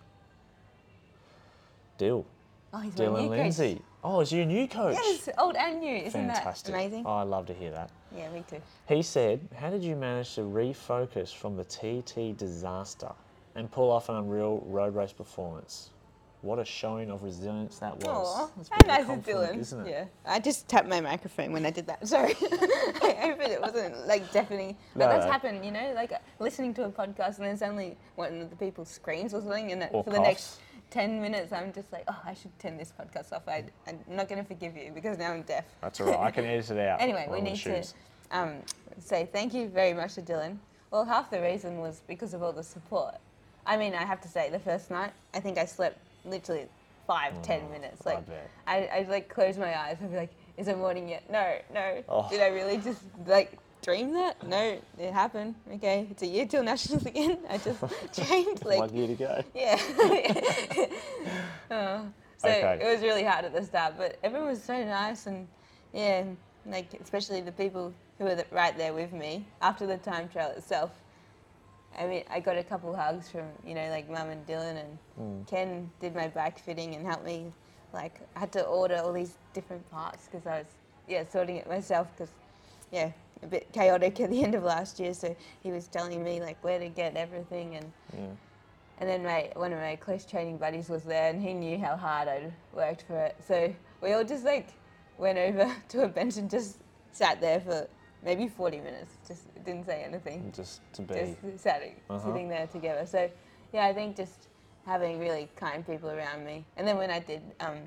Dill.
Oh, he's my
Dylan
new coach.
Lindsay. Oh, is your new coach?
Yes, old and new. Isn't
Fantastic.
that amazing?
Oh, I love to hear that.
Yeah, me too.
He said, How did you manage to refocus from the TT disaster and pull off an unreal road race performance? What a showing of resilience that was.
Oh,
That's
how
a bit
nice
of
of
compliment,
Dylan.
Isn't it?
Yeah, I just tapped my microphone when I did that. Sorry, (laughs) I hope it wasn't like deafening.
No,
But that's
no.
happened, you know, like uh, listening to a podcast and then suddenly one of the people screams or something, and
Or
for the next
coughs.
ten minutes, I'm just like, oh, I should turn this podcast off. I, I'm not going to forgive you because now I'm deaf.
That's all right. I can edit it
(laughs)
out.
Anyway,
I
we
won't
need to
choose.
um, say thank you very much to Dylan. Well, half the reason was because of all the support. I mean, I have to say, the first night, I think I slept literally five, ten minutes.
Oh, I
Like,
bet.
I, I'd like close my eyes and be like, "Is it morning yet? No, no.
Oh.
Did I really just like dream that? No, it happened. Okay, it's a year till nationals (laughs) again. I
(laughs)
just dreamed like
Lucky you
(laughs)
to go.
yeah. Oh, so
Okay.
it was really hard at the start, but everyone was so nice and yeah, and, like especially the people who were th- right there with me after the time trial itself. I mean, I got a couple hugs from you know like Mum and Dylan and
Mm,
Ken did my bike fitting and helped me. Like I had to order all these different parts because I was yeah sorting it myself because yeah a bit chaotic at the end of last year. So he was telling me like where to get everything and
Yeah.
and then my one of my close training buddies was there, and he knew how hard I'd worked for it. So we all just like went over (laughs) to a bench and just sat there for maybe 40 minutes. Just didn't say anything.
Just to be.
Just sat,
Uh-huh.
sitting there together. So yeah, I think just having really kind people around me. And then when I did, um,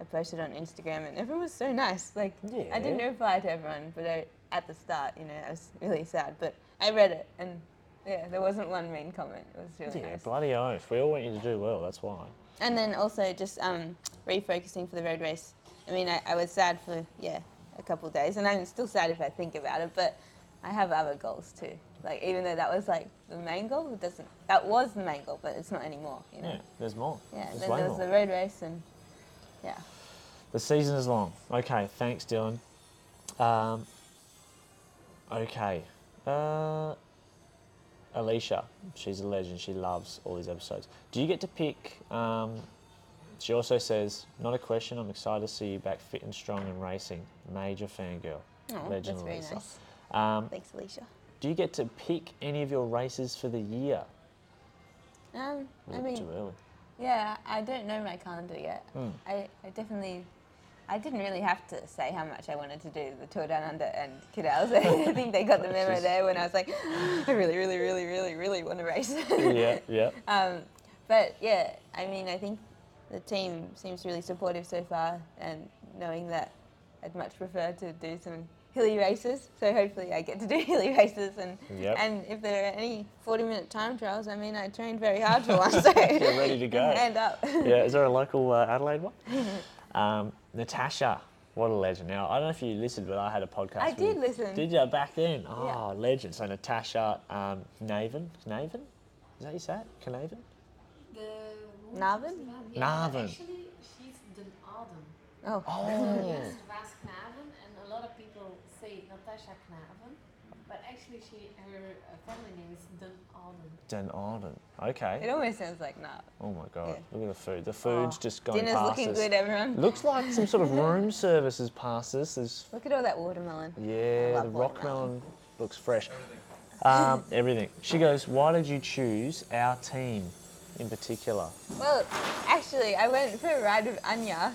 I posted on Instagram, and everyone was so nice. Like I didn't
Yeah.
reply to everyone, but I, at the start, you know, I was really sad. But I read it and. Yeah, there wasn't one mean comment. It was really
yeah,
nice.
bloody oath. We all want you to do well. That's why.
And then also just um, refocusing for the road race. I mean, I, I was sad for yeah a couple of days, and I'm still sad if I think about it. But I have other goals too. Like even though that was like the main goal, it doesn't. That was the main goal, but it's not anymore. You know.
Yeah. There's more.
Yeah.
There's
then
way
there
more.
was the road race, and yeah.
The season is long. Okay, thanks, Dylan. Um, okay. Uh, Alicia, she's a legend. She loves all these episodes. Do you get to pick? Um, she also says, not a question. I'm excited to see you back fit and strong and racing. Major fangirl.
Oh,
legend
that's very
Alicia.
nice.
Um,
Thanks, Alicia.
do you get to pick any of your races for the year?
Um, I
Was it
mean,
too early?
Yeah, I don't know my calendar yet.
Hmm.
I, I definitely, I didn't really have to say how much I wanted to do the Tour Down Under and Kidal. So (laughs)
(laughs)
I think they got the memo
Just-
there when I was like, (gasps) I really, really, really, really, really want to race.
yeah, yeah.
um, (laughs) but yeah, I mean, I think the team seems really supportive so far, and knowing that I'd much prefer to do some hilly races, so hopefully I get to do (laughs) hilly races, and
Yep.
and if there are any forty-minute time trials, I mean, I trained very hard for one,
(laughs)
so
You're ready
(laughs)
to go.
Hand up.
yeah, is there a local uh, Adelaide one? (laughs) Um, Natasha, what a legend. Now, I don't know if you listened, but I had a podcast.
I
with-
did listen.
Did you back then? Oh, legend. So, Natasha um, Naven. Naven? Is that how you say it? Canavan?
The
Naven?
Yeah, but
Naven.
Actually, she's the Arden.
Oh,
Oh. (laughs)
Yes, it was Knaven, and a lot of people say Natasha Knaven, but actually, she her uh, family name is Den Arden.
Den Arden.
it
Okay.
almost sounds like nah.
Oh, my God.
Yeah.
Look at the food. The food's
Oh,
just gone
Dinner's
past
looking
us.
good, everyone. Look.
Looks like
(laughs)
some sort of room service has passed us. There's
at all that watermelon.
Yeah,
I
the
love
rock melon
watermelon.
looks fresh. Um, everything. She goes, why did you choose our team in particular?
Well, actually, I went for a ride with Anya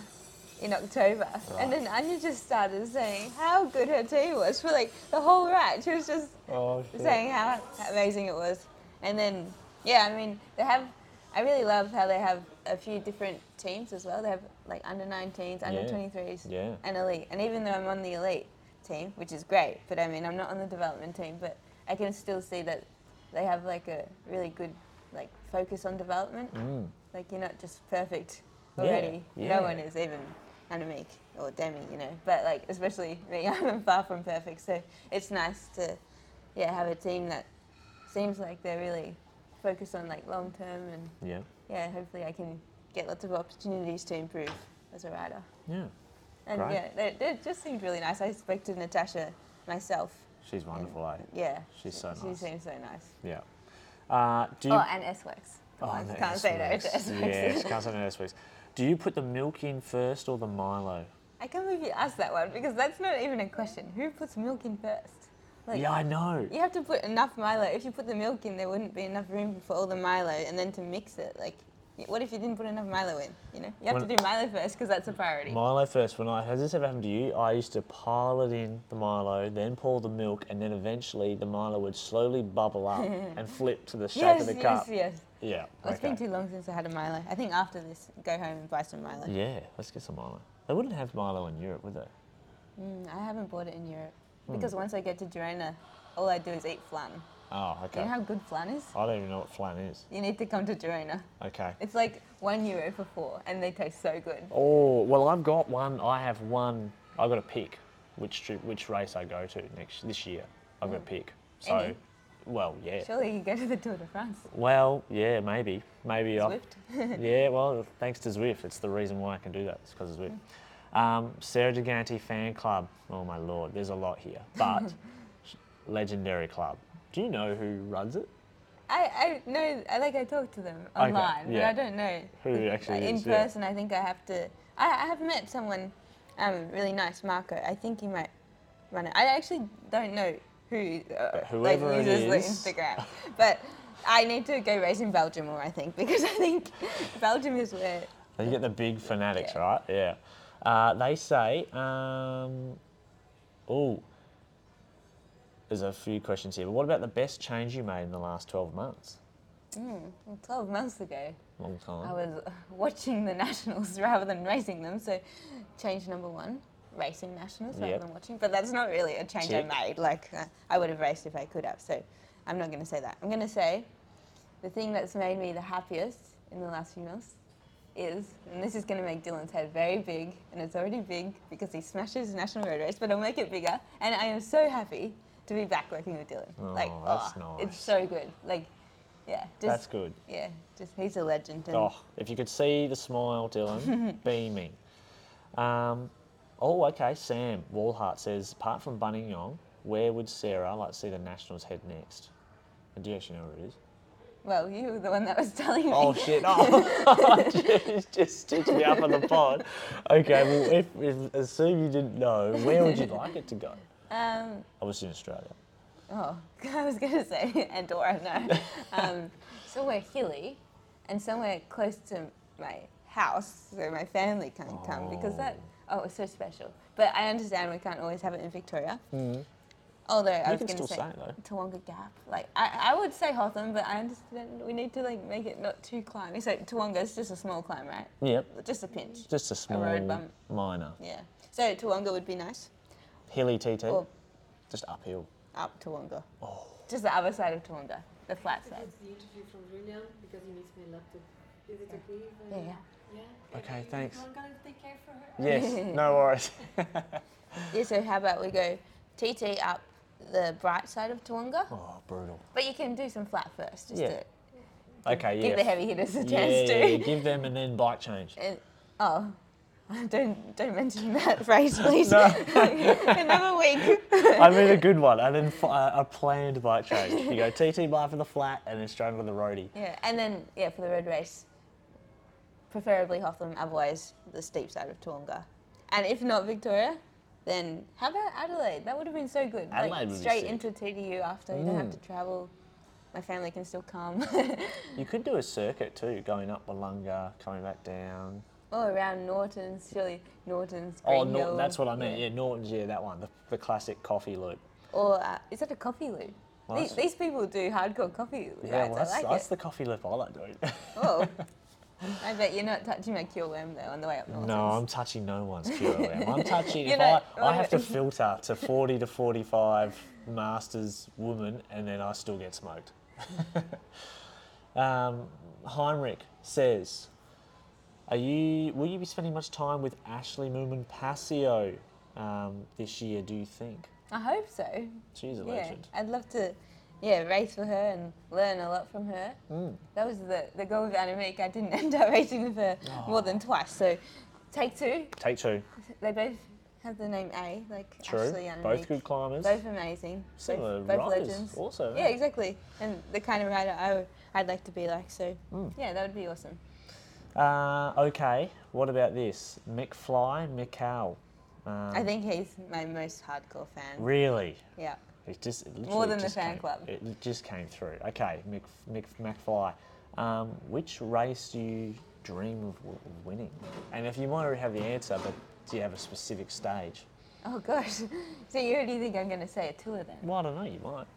in October, and then Anya just started saying how good her team was for like the whole ride. She was just
Oh,
saying how amazing it was. And then, yeah, I mean, they have, I really love how they have a few different teams as well. They have like under 19s, under
Yeah.
23s,
Yeah.
and elite. And even though I'm on the elite team, which is great, but I mean, I'm not on the development team, but I can still see that they have like a really good like focus on development. Like you're not just perfect
Mm. Yeah,
already.
yeah.
No one is even Anamik. or Demi, you know. But like, especially (laughs) me, I'm far from perfect, so it's nice to, yeah, have a team that seems like they're really focused on like long term, and
Yeah.
yeah, hopefully I can get lots of opportunities to improve as a rider.
Yeah.
And
Great.
yeah, they, they just seemed really nice. I spoke to Natasha myself.
She's wonderful, eh?
Yeah,
She's so
she
nice.
seems so nice.
Yeah. Uh, do you,
Oh, and S Works. I
no,
can't say no to (laughs)
S-Works.
S Works.
Yeah, she can't say no to S-Works. Do you put the milk in first or the Milo?
I can't believe you asked that one because that's not even a question. Who puts milk in first? Like,
yeah, I know.
You have to put enough Milo. If you put the milk in, there wouldn't be enough room for all the Milo, and then to mix it. Like, y- what if you didn't put enough Milo in? You know, you have
When-
to do Milo first because that's a priority.
Milo first. When I has this ever happened to you? I used to pile it in the Milo, then pour the milk, and then eventually the Milo would slowly
(laughs)
bubble up and flip to the shape
yes,
of the
yes,
cup.
yes.
Yeah.
Well, It's
okay.
been too long since I had a Milo. I think after this, go home and buy some Milo.
Yeah, let's get some Milo. They wouldn't have Milo in Europe, would they?
Mm, I haven't bought it in Europe
Hmm.
because once I get to Girona, all I do is eat flan.
Oh,
Do
okay.
You know how good flan is?
I don't even know what flan is.
You need to come to Girona.
Okay.
It's like one euro for four, and they taste so good.
Oh well, I've got one. I have one. I've got to pick which trip, which race I go to next this year. I've got to pick. So,
Any?
well, yeah.
Surely you go to the Tour de France.
Well, yeah, maybe, maybe. I-
Swift.
yeah, well, thanks to Zwift, it's the reason why I can do that. It's because of Zwift. Um, Sarah Gigante fan club. Oh my lord, there's a lot here, but legendary club. Do you know who runs it?
I, I know, I, like I talk to them online,
yeah.
but I don't know.
Who it actually
In
is, yeah.
person, I think I have to, I, I have met someone um, really nice, Marco. I think he might run it. I actually don't know who uh, like,
whoever it
uses the
is. (laughs)
Instagram, but I need to go race in Belgium more, I think, (laughs) because I think Belgium is where,
You get the big fanatics,
Yeah.
right? Yeah. Uh, they say, um, oh, there's a few questions here, but what about the best change you made in the last 12 months?
12 months ago,
Long time.
I was (laughs) watching the nationals (laughs) rather than racing them. So, change number one, racing nationals rather
Yep.
than watching. But that's not really a change
Tick.
I made. Like uh, I would have raced if I could have. So, I'm not going to say that. I'm going to say the thing that's made me the happiest in the last few months is, and this is going to make Dylan's head very big, and it's already big because he smashes the national road race, but it'll make it bigger. And I am so happy to be back working with Dylan. like,
Oh, that's
oh,
nice.
it's so good. Like, yeah, just
That's good.
yeah, just he's a legend. And
Oh, if you could see the smile,
(laughs)
Dylan, beaming. Um, oh, okay. Sam Walhart says, apart from Bunningong, where would Sarah like to see the Nationals head next? And do you actually know where it is?
Well, you were the one that was (laughs) telling me.
(laughs) Oh shit! Oh, just, just stitched me up on the pod. Okay, well, if, if assume you didn't know, where would you (laughs) like it to go?
Um,
I was in Australia.
oh, I was going to say (laughs) Andorra,
(laughs)
no. Um, somewhere hilly and somewhere close to my house so my family can not come because that, oh, it's so special. But I understand we can't always have it in Victoria. Although I
Mm. You
was
can
going to
still
say,
say it, though.
Tawonga Gap. Like I, I would say Hawthorne, but I understand we need to like make it not too climby. So Tawonga is just a small climb, right?
Yep,
Just a pinch.
just a small
bump.
minor
Yeah. So Tawonga would be nice.
hilly TT,
Or
just uphill.
up Tawonga. Oh. Just the other side of Tawonga, the flat
If
side.
it's the interview from Julian because he needs my laptop. Is it okay? If, I-
Yeah, yeah.
yeah?
Okay,
You-
thanks.
I'm gonna take care for her.
(laughs)
Yes, no worries.
Yeah, so how about we go TT up the bright side of Tawonga?
Oh, brutal.
But you can do some flat first, just
Yeah.
to
Okay,
give
yeah.
the heavy hitters a
yeah,
chance
yeah,
to.
yeah, give them and then
(laughs)
bike change.
And, oh, don't don't mention that phrase, please.
No.
(laughs) Another week.
I mean a good one, and then f- uh, a planned bike change. You go TT bike for the flat, and then straight onto the roadie.
Yeah, and then yeah for the road race, preferably Hotham, otherwise the steep side of Toowoonga, and if not Victoria, then how about Adelaide? That would have been so good.
Adelaide would
like
be
straight
sick. Mm.
into TDU after you don't have to travel. My family can still come, (laughs)
You could do a circuit too, going up Wollonga, coming back down.
or around Norton's. Surely Norton's.
Oh,
Green
Norton,
Hill,
that's what I meant.
yeah.
Yeah. Norton's. Yeah, that one, the, the classic coffee loop.
Or uh, is that a coffee loop?
Well,
these,
that's-
these people do hardcore coffee
Yeah,
rides.
well, that's,
I like
that's
it.
the coffee loop I
(laughs)
like doing. (laughs)
Oh, I bet you're not touching my cure worm though on the way up Norton's.
no, I'm touching no one's QLM.
(laughs)
I'm touching.
You
if
know-
I, I
(laughs)
have to filter to 40 to 45 masters woman, and then I still get smoked. (laughs) um, Heinrich says, Are you? Will you be spending much time with Ashley Moomin Pasio um, this year? Do you think?
I hope so.
She's a
Yeah,
legend.
I'd love to, yeah, race for her and learn a lot from her.
Mm.
That was the, the goal of Anamique. I didn't (laughs) end up racing with her more than twice. So, take two.
Take two.
They both have the name A, like
True.
Ashley Anamique.
Both good climbers.
Both amazing. Both-
Similar
both,
riders
legends.
also,
Yeah,
eh?
exactly. And the kind of rider I would, I'd like to be like. So,
Mm.
yeah, that would be awesome.
Uh, okay. What about this? McFly, McCall. Mm.
I think he's my most hardcore fan.
Really?
yeah.
It just it
More
literally
than the
just
fan
came-
club.
It just came through. Okay, Mick, Mick McFly. Um, which race do you dream of w- of winning? And if you might already have the answer, but do you have a specific stage?
Oh, gosh. (laughs) So, you already think I'm going to say a tour then?
Well, I don't know. You might.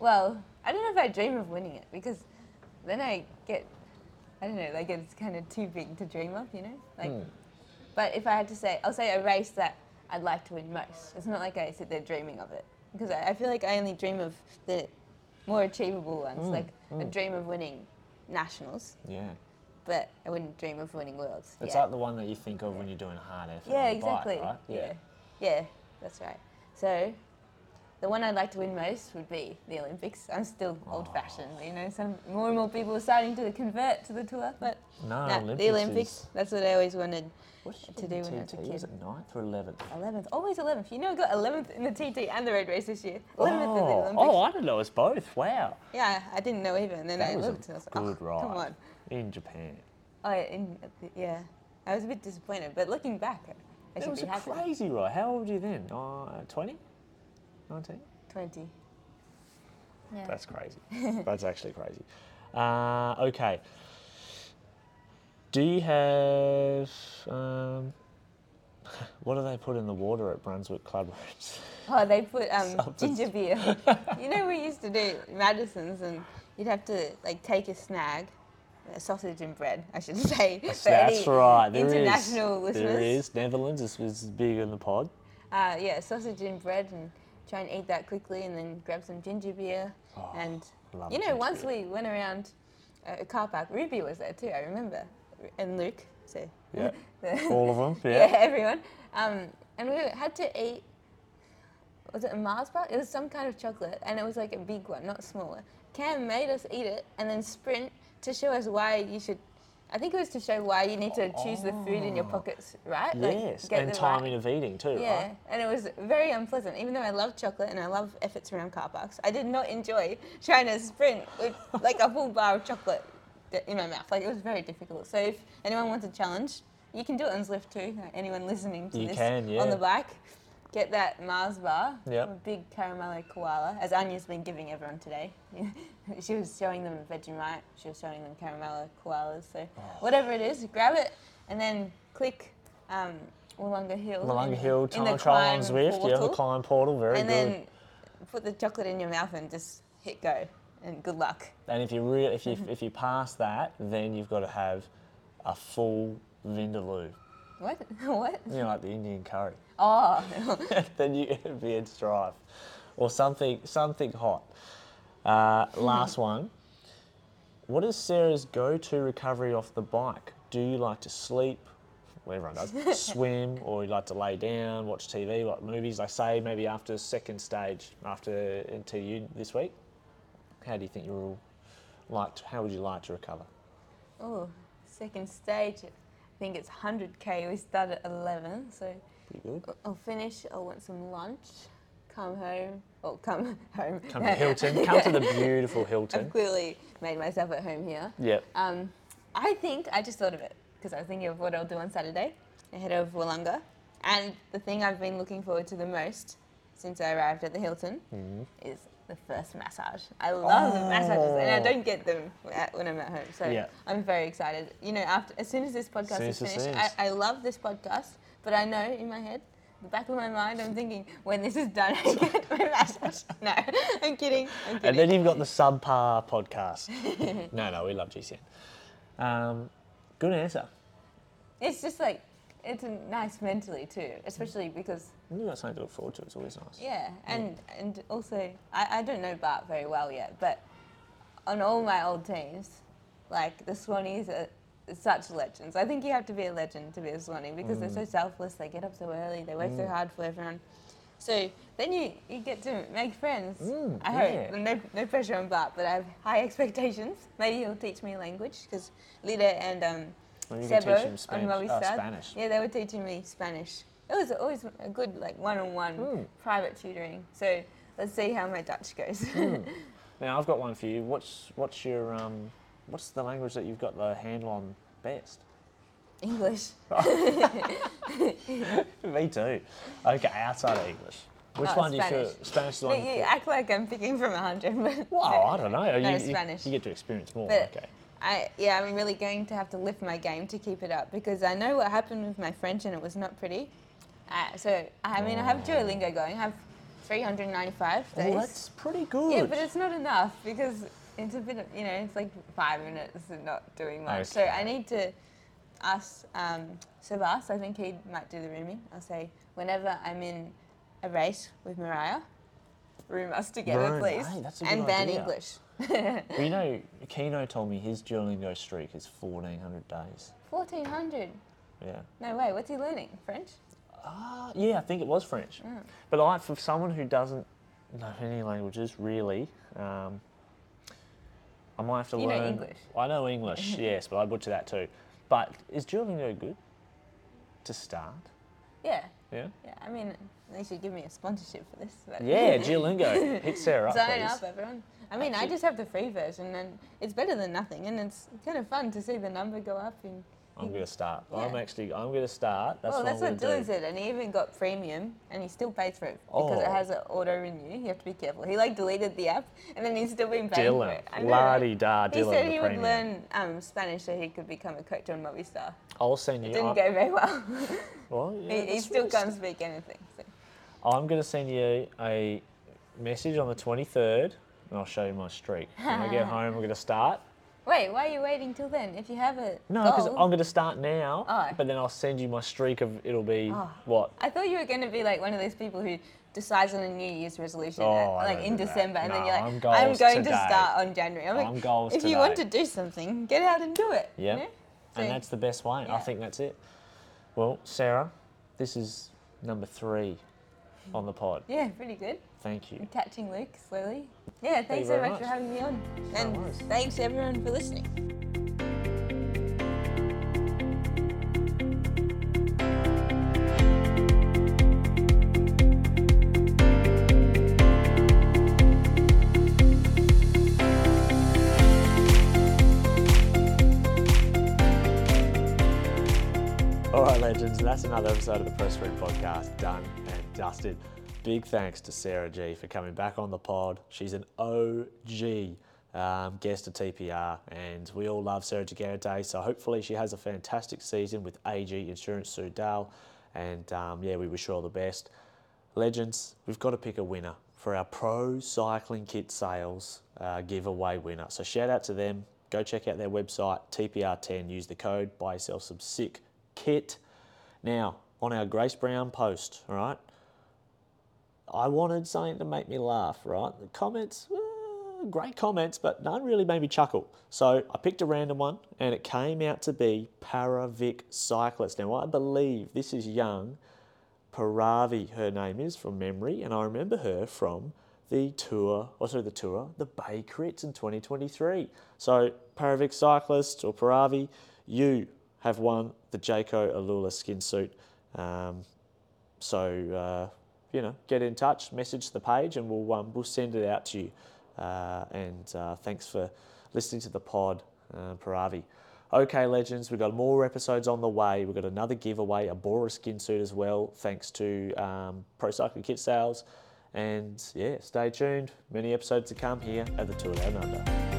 Well, I don't know if I dream of winning it because then I get, I don't know, like it's kind of too big to dream of, you know? Like,
Hmm.
But if I had to say, I'll say a race that I'd like to win most. It's not like I sit there dreaming of it because I, I feel like I only dream of the more achievable ones.
Hmm.
like, I dream of winning nationals,
Yeah.
but I wouldn't dream of winning worlds.
It's
yeah.
like the one that you think of when you're doing a hard effort.
Yeah,
on the bike,
exactly.
right?
yeah. Yeah, that's right. So, the one I'd like to win most would be the Olympics. I'm still old fashioned,
Oh.
you know, some more and more people are starting to convert to the tour, but
No,
nah,
Oh, Olympics.
the Olympics,
Is,
that's what I always wanted.
what did you
to
get
do
in
when I was a
TT? Was
kid.
it 9th or 11th?
11th, always 11th. You know, I got 11th in the TT and the road race this year. 11th in the
Oh,
Olympics.
oh, I didn't know it was both. Wow.
Yeah, I didn't know either, and then
That
I
was a
looked and I was like, oh,
good ride.
come on.
In Japan.
Oh, yeah, in, yeah, I was a bit disappointed, but looking back, I
It
should
was
be
a
happy.
crazy ride. How old were you then? Uh, 20? 19?
20. Yeah. (laughs)
That's crazy. That's actually crazy. Uh, okay. Do you have um, (laughs) what do they put in the water at Brunswick Club Rooms?
Oh, they put
(laughs)
um,
Something.
ginger beer.
(laughs)
you know, we used to do Madison's, and you'd have to like take a snag, a sausage and bread, I should (laughs) say. for
(laughs) That's
any
right. There is
international listeners.
There is Netherlands is, is big in
(laughs)
the pod.
Uh, yeah, sausage and bread, and try and eat that quickly, and then grab some ginger beer. and
Oh, love
you know,
ginger
once
beer.
we went around uh, a car park, Ruby was there too. I remember, and Luke. So (laughs)
Yeah,
the-
all
(laughs)
of them.
yeah,
Yeah.
everyone. Um, and we had to eat. Was it a Mars bar? It was some kind of chocolate, and it was like a big one, not smaller. Cam made us eat it and then sprint to show us why you should. I think it was to show why you need to choose the food in your pockets, right?
Oh. Yes, and
the
timing of eating too,
yeah,
right?
and it was very unpleasant. Even though I love chocolate and I love efforts around car parks, I did not enjoy trying to sprint with like a full bar of chocolate th- in my mouth. Like it was very difficult. So if anyone wants a challenge, you can do it on Zwift too. Like, anyone listening to
You
this
can, yeah.
on the bike, get that Mars bar,
Yep.
a big caramello koala, as Anya's been giving everyone today. (laughs) she was showing them Vegemite. She was showing them caramello koalas. So
Oh.
whatever it is, grab it and then click. Um, Wollonga Hill.
Malanga
in-
Hill,
in
Tunnel
the
Trial on
climb
Zwift, yeah, the
portal,
climb portal, very
and
good.
then put the chocolate in your mouth and just hit go and good luck.
And if you re- if you
Mm-hmm.
if you pass that, then you've got to have a full vindaloo,
What? (laughs) what?
you know, like the Indian curry.
Oh, (laughs)
then you it'd be in strife, or something something hot. Uh, last one. What is Sarah's go-to recovery off the bike? Do you like to sleep? Well, everyone does. swim, or you like to lay down, watch TV, like movies. I say maybe after second stage, after NTU this week. How do you think you're all like? To, how would you like to recover?
oh, second stage. I think it's 100k. We start at 11, so
Pretty good.
I'll finish. I'll want some lunch, come home, or come (laughs) home.
Come
(laughs)
to Hilton. Come to the beautiful
I've
Hilton.
clearly made myself at home here.
Yep.
Um, I think I just thought of it because I was thinking of what I'll do on Saturday ahead of Wollonga. And the thing I've been looking forward to the most since I arrived at the Hilton
Mm.
is the first massage. I love massages and I
Oh.
don't get them at, when I'm at home. So
Yeah.
I'm very excited. You know, after as soon as this podcast
Soon as
is
this
finished,
ends.
I, I love this podcast, but I know in my head, the back of my mind, I'm thinking, when this is done, I (laughs) get my massage. No, (laughs) I'm kidding. I'm kidding.
And then you've got the subpar podcast. (laughs) no, no, we love GCN. Um, good answer.
It's just like it's a nice mentally too, especially because
You've got something to look forward to. It's always nice.
yeah, and and also I, I don't know Bart very well yet, but on all my old teams, like the Swannies are such legends. I think you have to be a legend to be a Swanee because they're so
Mm.
selfless. They get up so early. They work so hard for everyone. So then you, you get to make friends.
Mm,
I hope.
yeah.
And No, no pressure on Bart, but I have high (laughs) expectations. Maybe he'll teach me language because Lita and um,
Well, you can teach him
Sebo on
Spanish.
Mommy's
oh,
side,
Spanish.
yeah, they were teaching me Spanish. It was always a good like one-on-one
Mm.
private tutoring. So let's see how my Dutch goes.
Hmm. Now I've got one for you. What's what's your um, what's the language that you've got the handle on best?
(laughs)
(laughs)
English.
Me too. Okay, outside of English, which
Oh,
one do you feel
Spanish.
Spanish is the
You,
one?
you
you feel-
act like I'm picking from a hundred, but
Wow, I don't know.
No,
you, you-
Spanish.
You, get to experience more.
But-
okay.
I, yeah, I'm really going to have to lift my game to keep it up because I know what happened with my French and it was not pretty. Uh, so I mean, I have Duolingo going. I have 395 days.
Well, that's pretty good.
Yeah, but it's not enough because it's a bit, of, you know, it's like five minutes and not doing much. So
Okay.
I need to ask um, Sebas, I think he might do the rooming. I'll say, whenever I'm in a race with Mariah, room us together,
Room,
please.
hey, that's a
and
good
ban
idea.
English.
Well, you know, Kino told me his Duolingo streak is 1,400 days.
1400.
Yeah.
No way, what's he learning? French?
Ah, yeah, I think it was French.
Mm.
But like for someone who doesn't know any languages really, um, I might have to
You know
learn.
English.
I
(laughs)
know English, yes, but I butcher that too. But is Duolingo good to start?
Yeah.
Yeah.
Yeah, I mean, they should give me a sponsorship for this. But (laughs)
Yeah, Duolingo. Hit Sarah up,
Sign
please.
up, everyone. I mean, I
Actually-
just have the free version, and it's better than nothing. And it's kind of fun to see the number go up. And
I'm gonna start. I'm
Yeah.
actually. I'm gonna start. That's
well,
what
that's
I'm
what
gonna
Dylan
do.
said, and he even got premium, and he still pays for it because it
Oh.
has an auto renew. You have to be careful. He like deleted the app, and then he's still been paying for
Dylan,
it. I know,
la
right?
di da, Dylan.
He said
the
he would
premium.
learn um, Spanish so he could become a coach on Movistar.
I'll send you.
Didn't
I-
go very
(laughs)
well.
well, yeah,
he, he
that's
still
really
can't speak anything. So.
I'm going to send you a message on the 23rd and I'll show you my streak.
(laughs)
When I get home, I'm going to start.
Wait, why are you waiting till then? If you have a
No, because
goal-
I'm going to start now,
Oh.
but then I'll send you my streak of it'll be
Oh.
what?
I thought you were going to be like one of those people who decides on a New Year's resolution
Oh,
at-
I
like
don't
in
do that.
December, and then
No,
you're like,
I'm
I'm,
goals
going to
today.
start on January. I'm like,
I'm goals
if you want to
today.
do something, get out and do it. you
Yep.
know?
And
So-
that's the best way. I
Yeah.
think that's it. Well, Sarah, this is number three on the pod.
yeah, pretty good.
Thank you.
Catching Luke slowly. Yeah, thanks so
very
much,
much.
for having me on, and
worries.
thanks everyone for listening.
All right, legends, that's another episode of the Press Room Podcast done and dusted. Big thanks to Sarah G for coming back on the pod. She's an OG um, guest of TPR, and we all love Sarah Gigante. So hopefully, she has a fantastic season with AG Insurance Sudal. And um, yeah, we wish her all the best. Legends, we've got to pick a winner for our Pro Cycling Kit Sales uh, giveaway winner. So shout out to them. Go check out their website, TPR10. Use the code, buy yourself some sick kit. Now, on our Grace Brown post, all right? I wanted something to make me laugh, right? The comments, uh, great comments, but none really made me chuckle. So I picked a random one and it came out to be Paravic Cyclist. Now, I believe this is young Paravi, her name is from memory, and I remember her from the tour, or sorry, the tour, the Bay Crits in 2023. So, Paravic Cyclist or Paravi, you have won the Jayco Alula skin suit. Um, so, uh, you know, get in touch, message the page, and we'll, um, we'll send it out to you. Uh, and uh, thanks for listening to the pod, uh, Paravi. Okay, legends, we've got more episodes on the way. We've got another giveaway, a Bora skin suit as well, thanks to um, Pro Cycling Kit Sales. And yeah, stay tuned. Many episodes to come here at the Tour Down Under.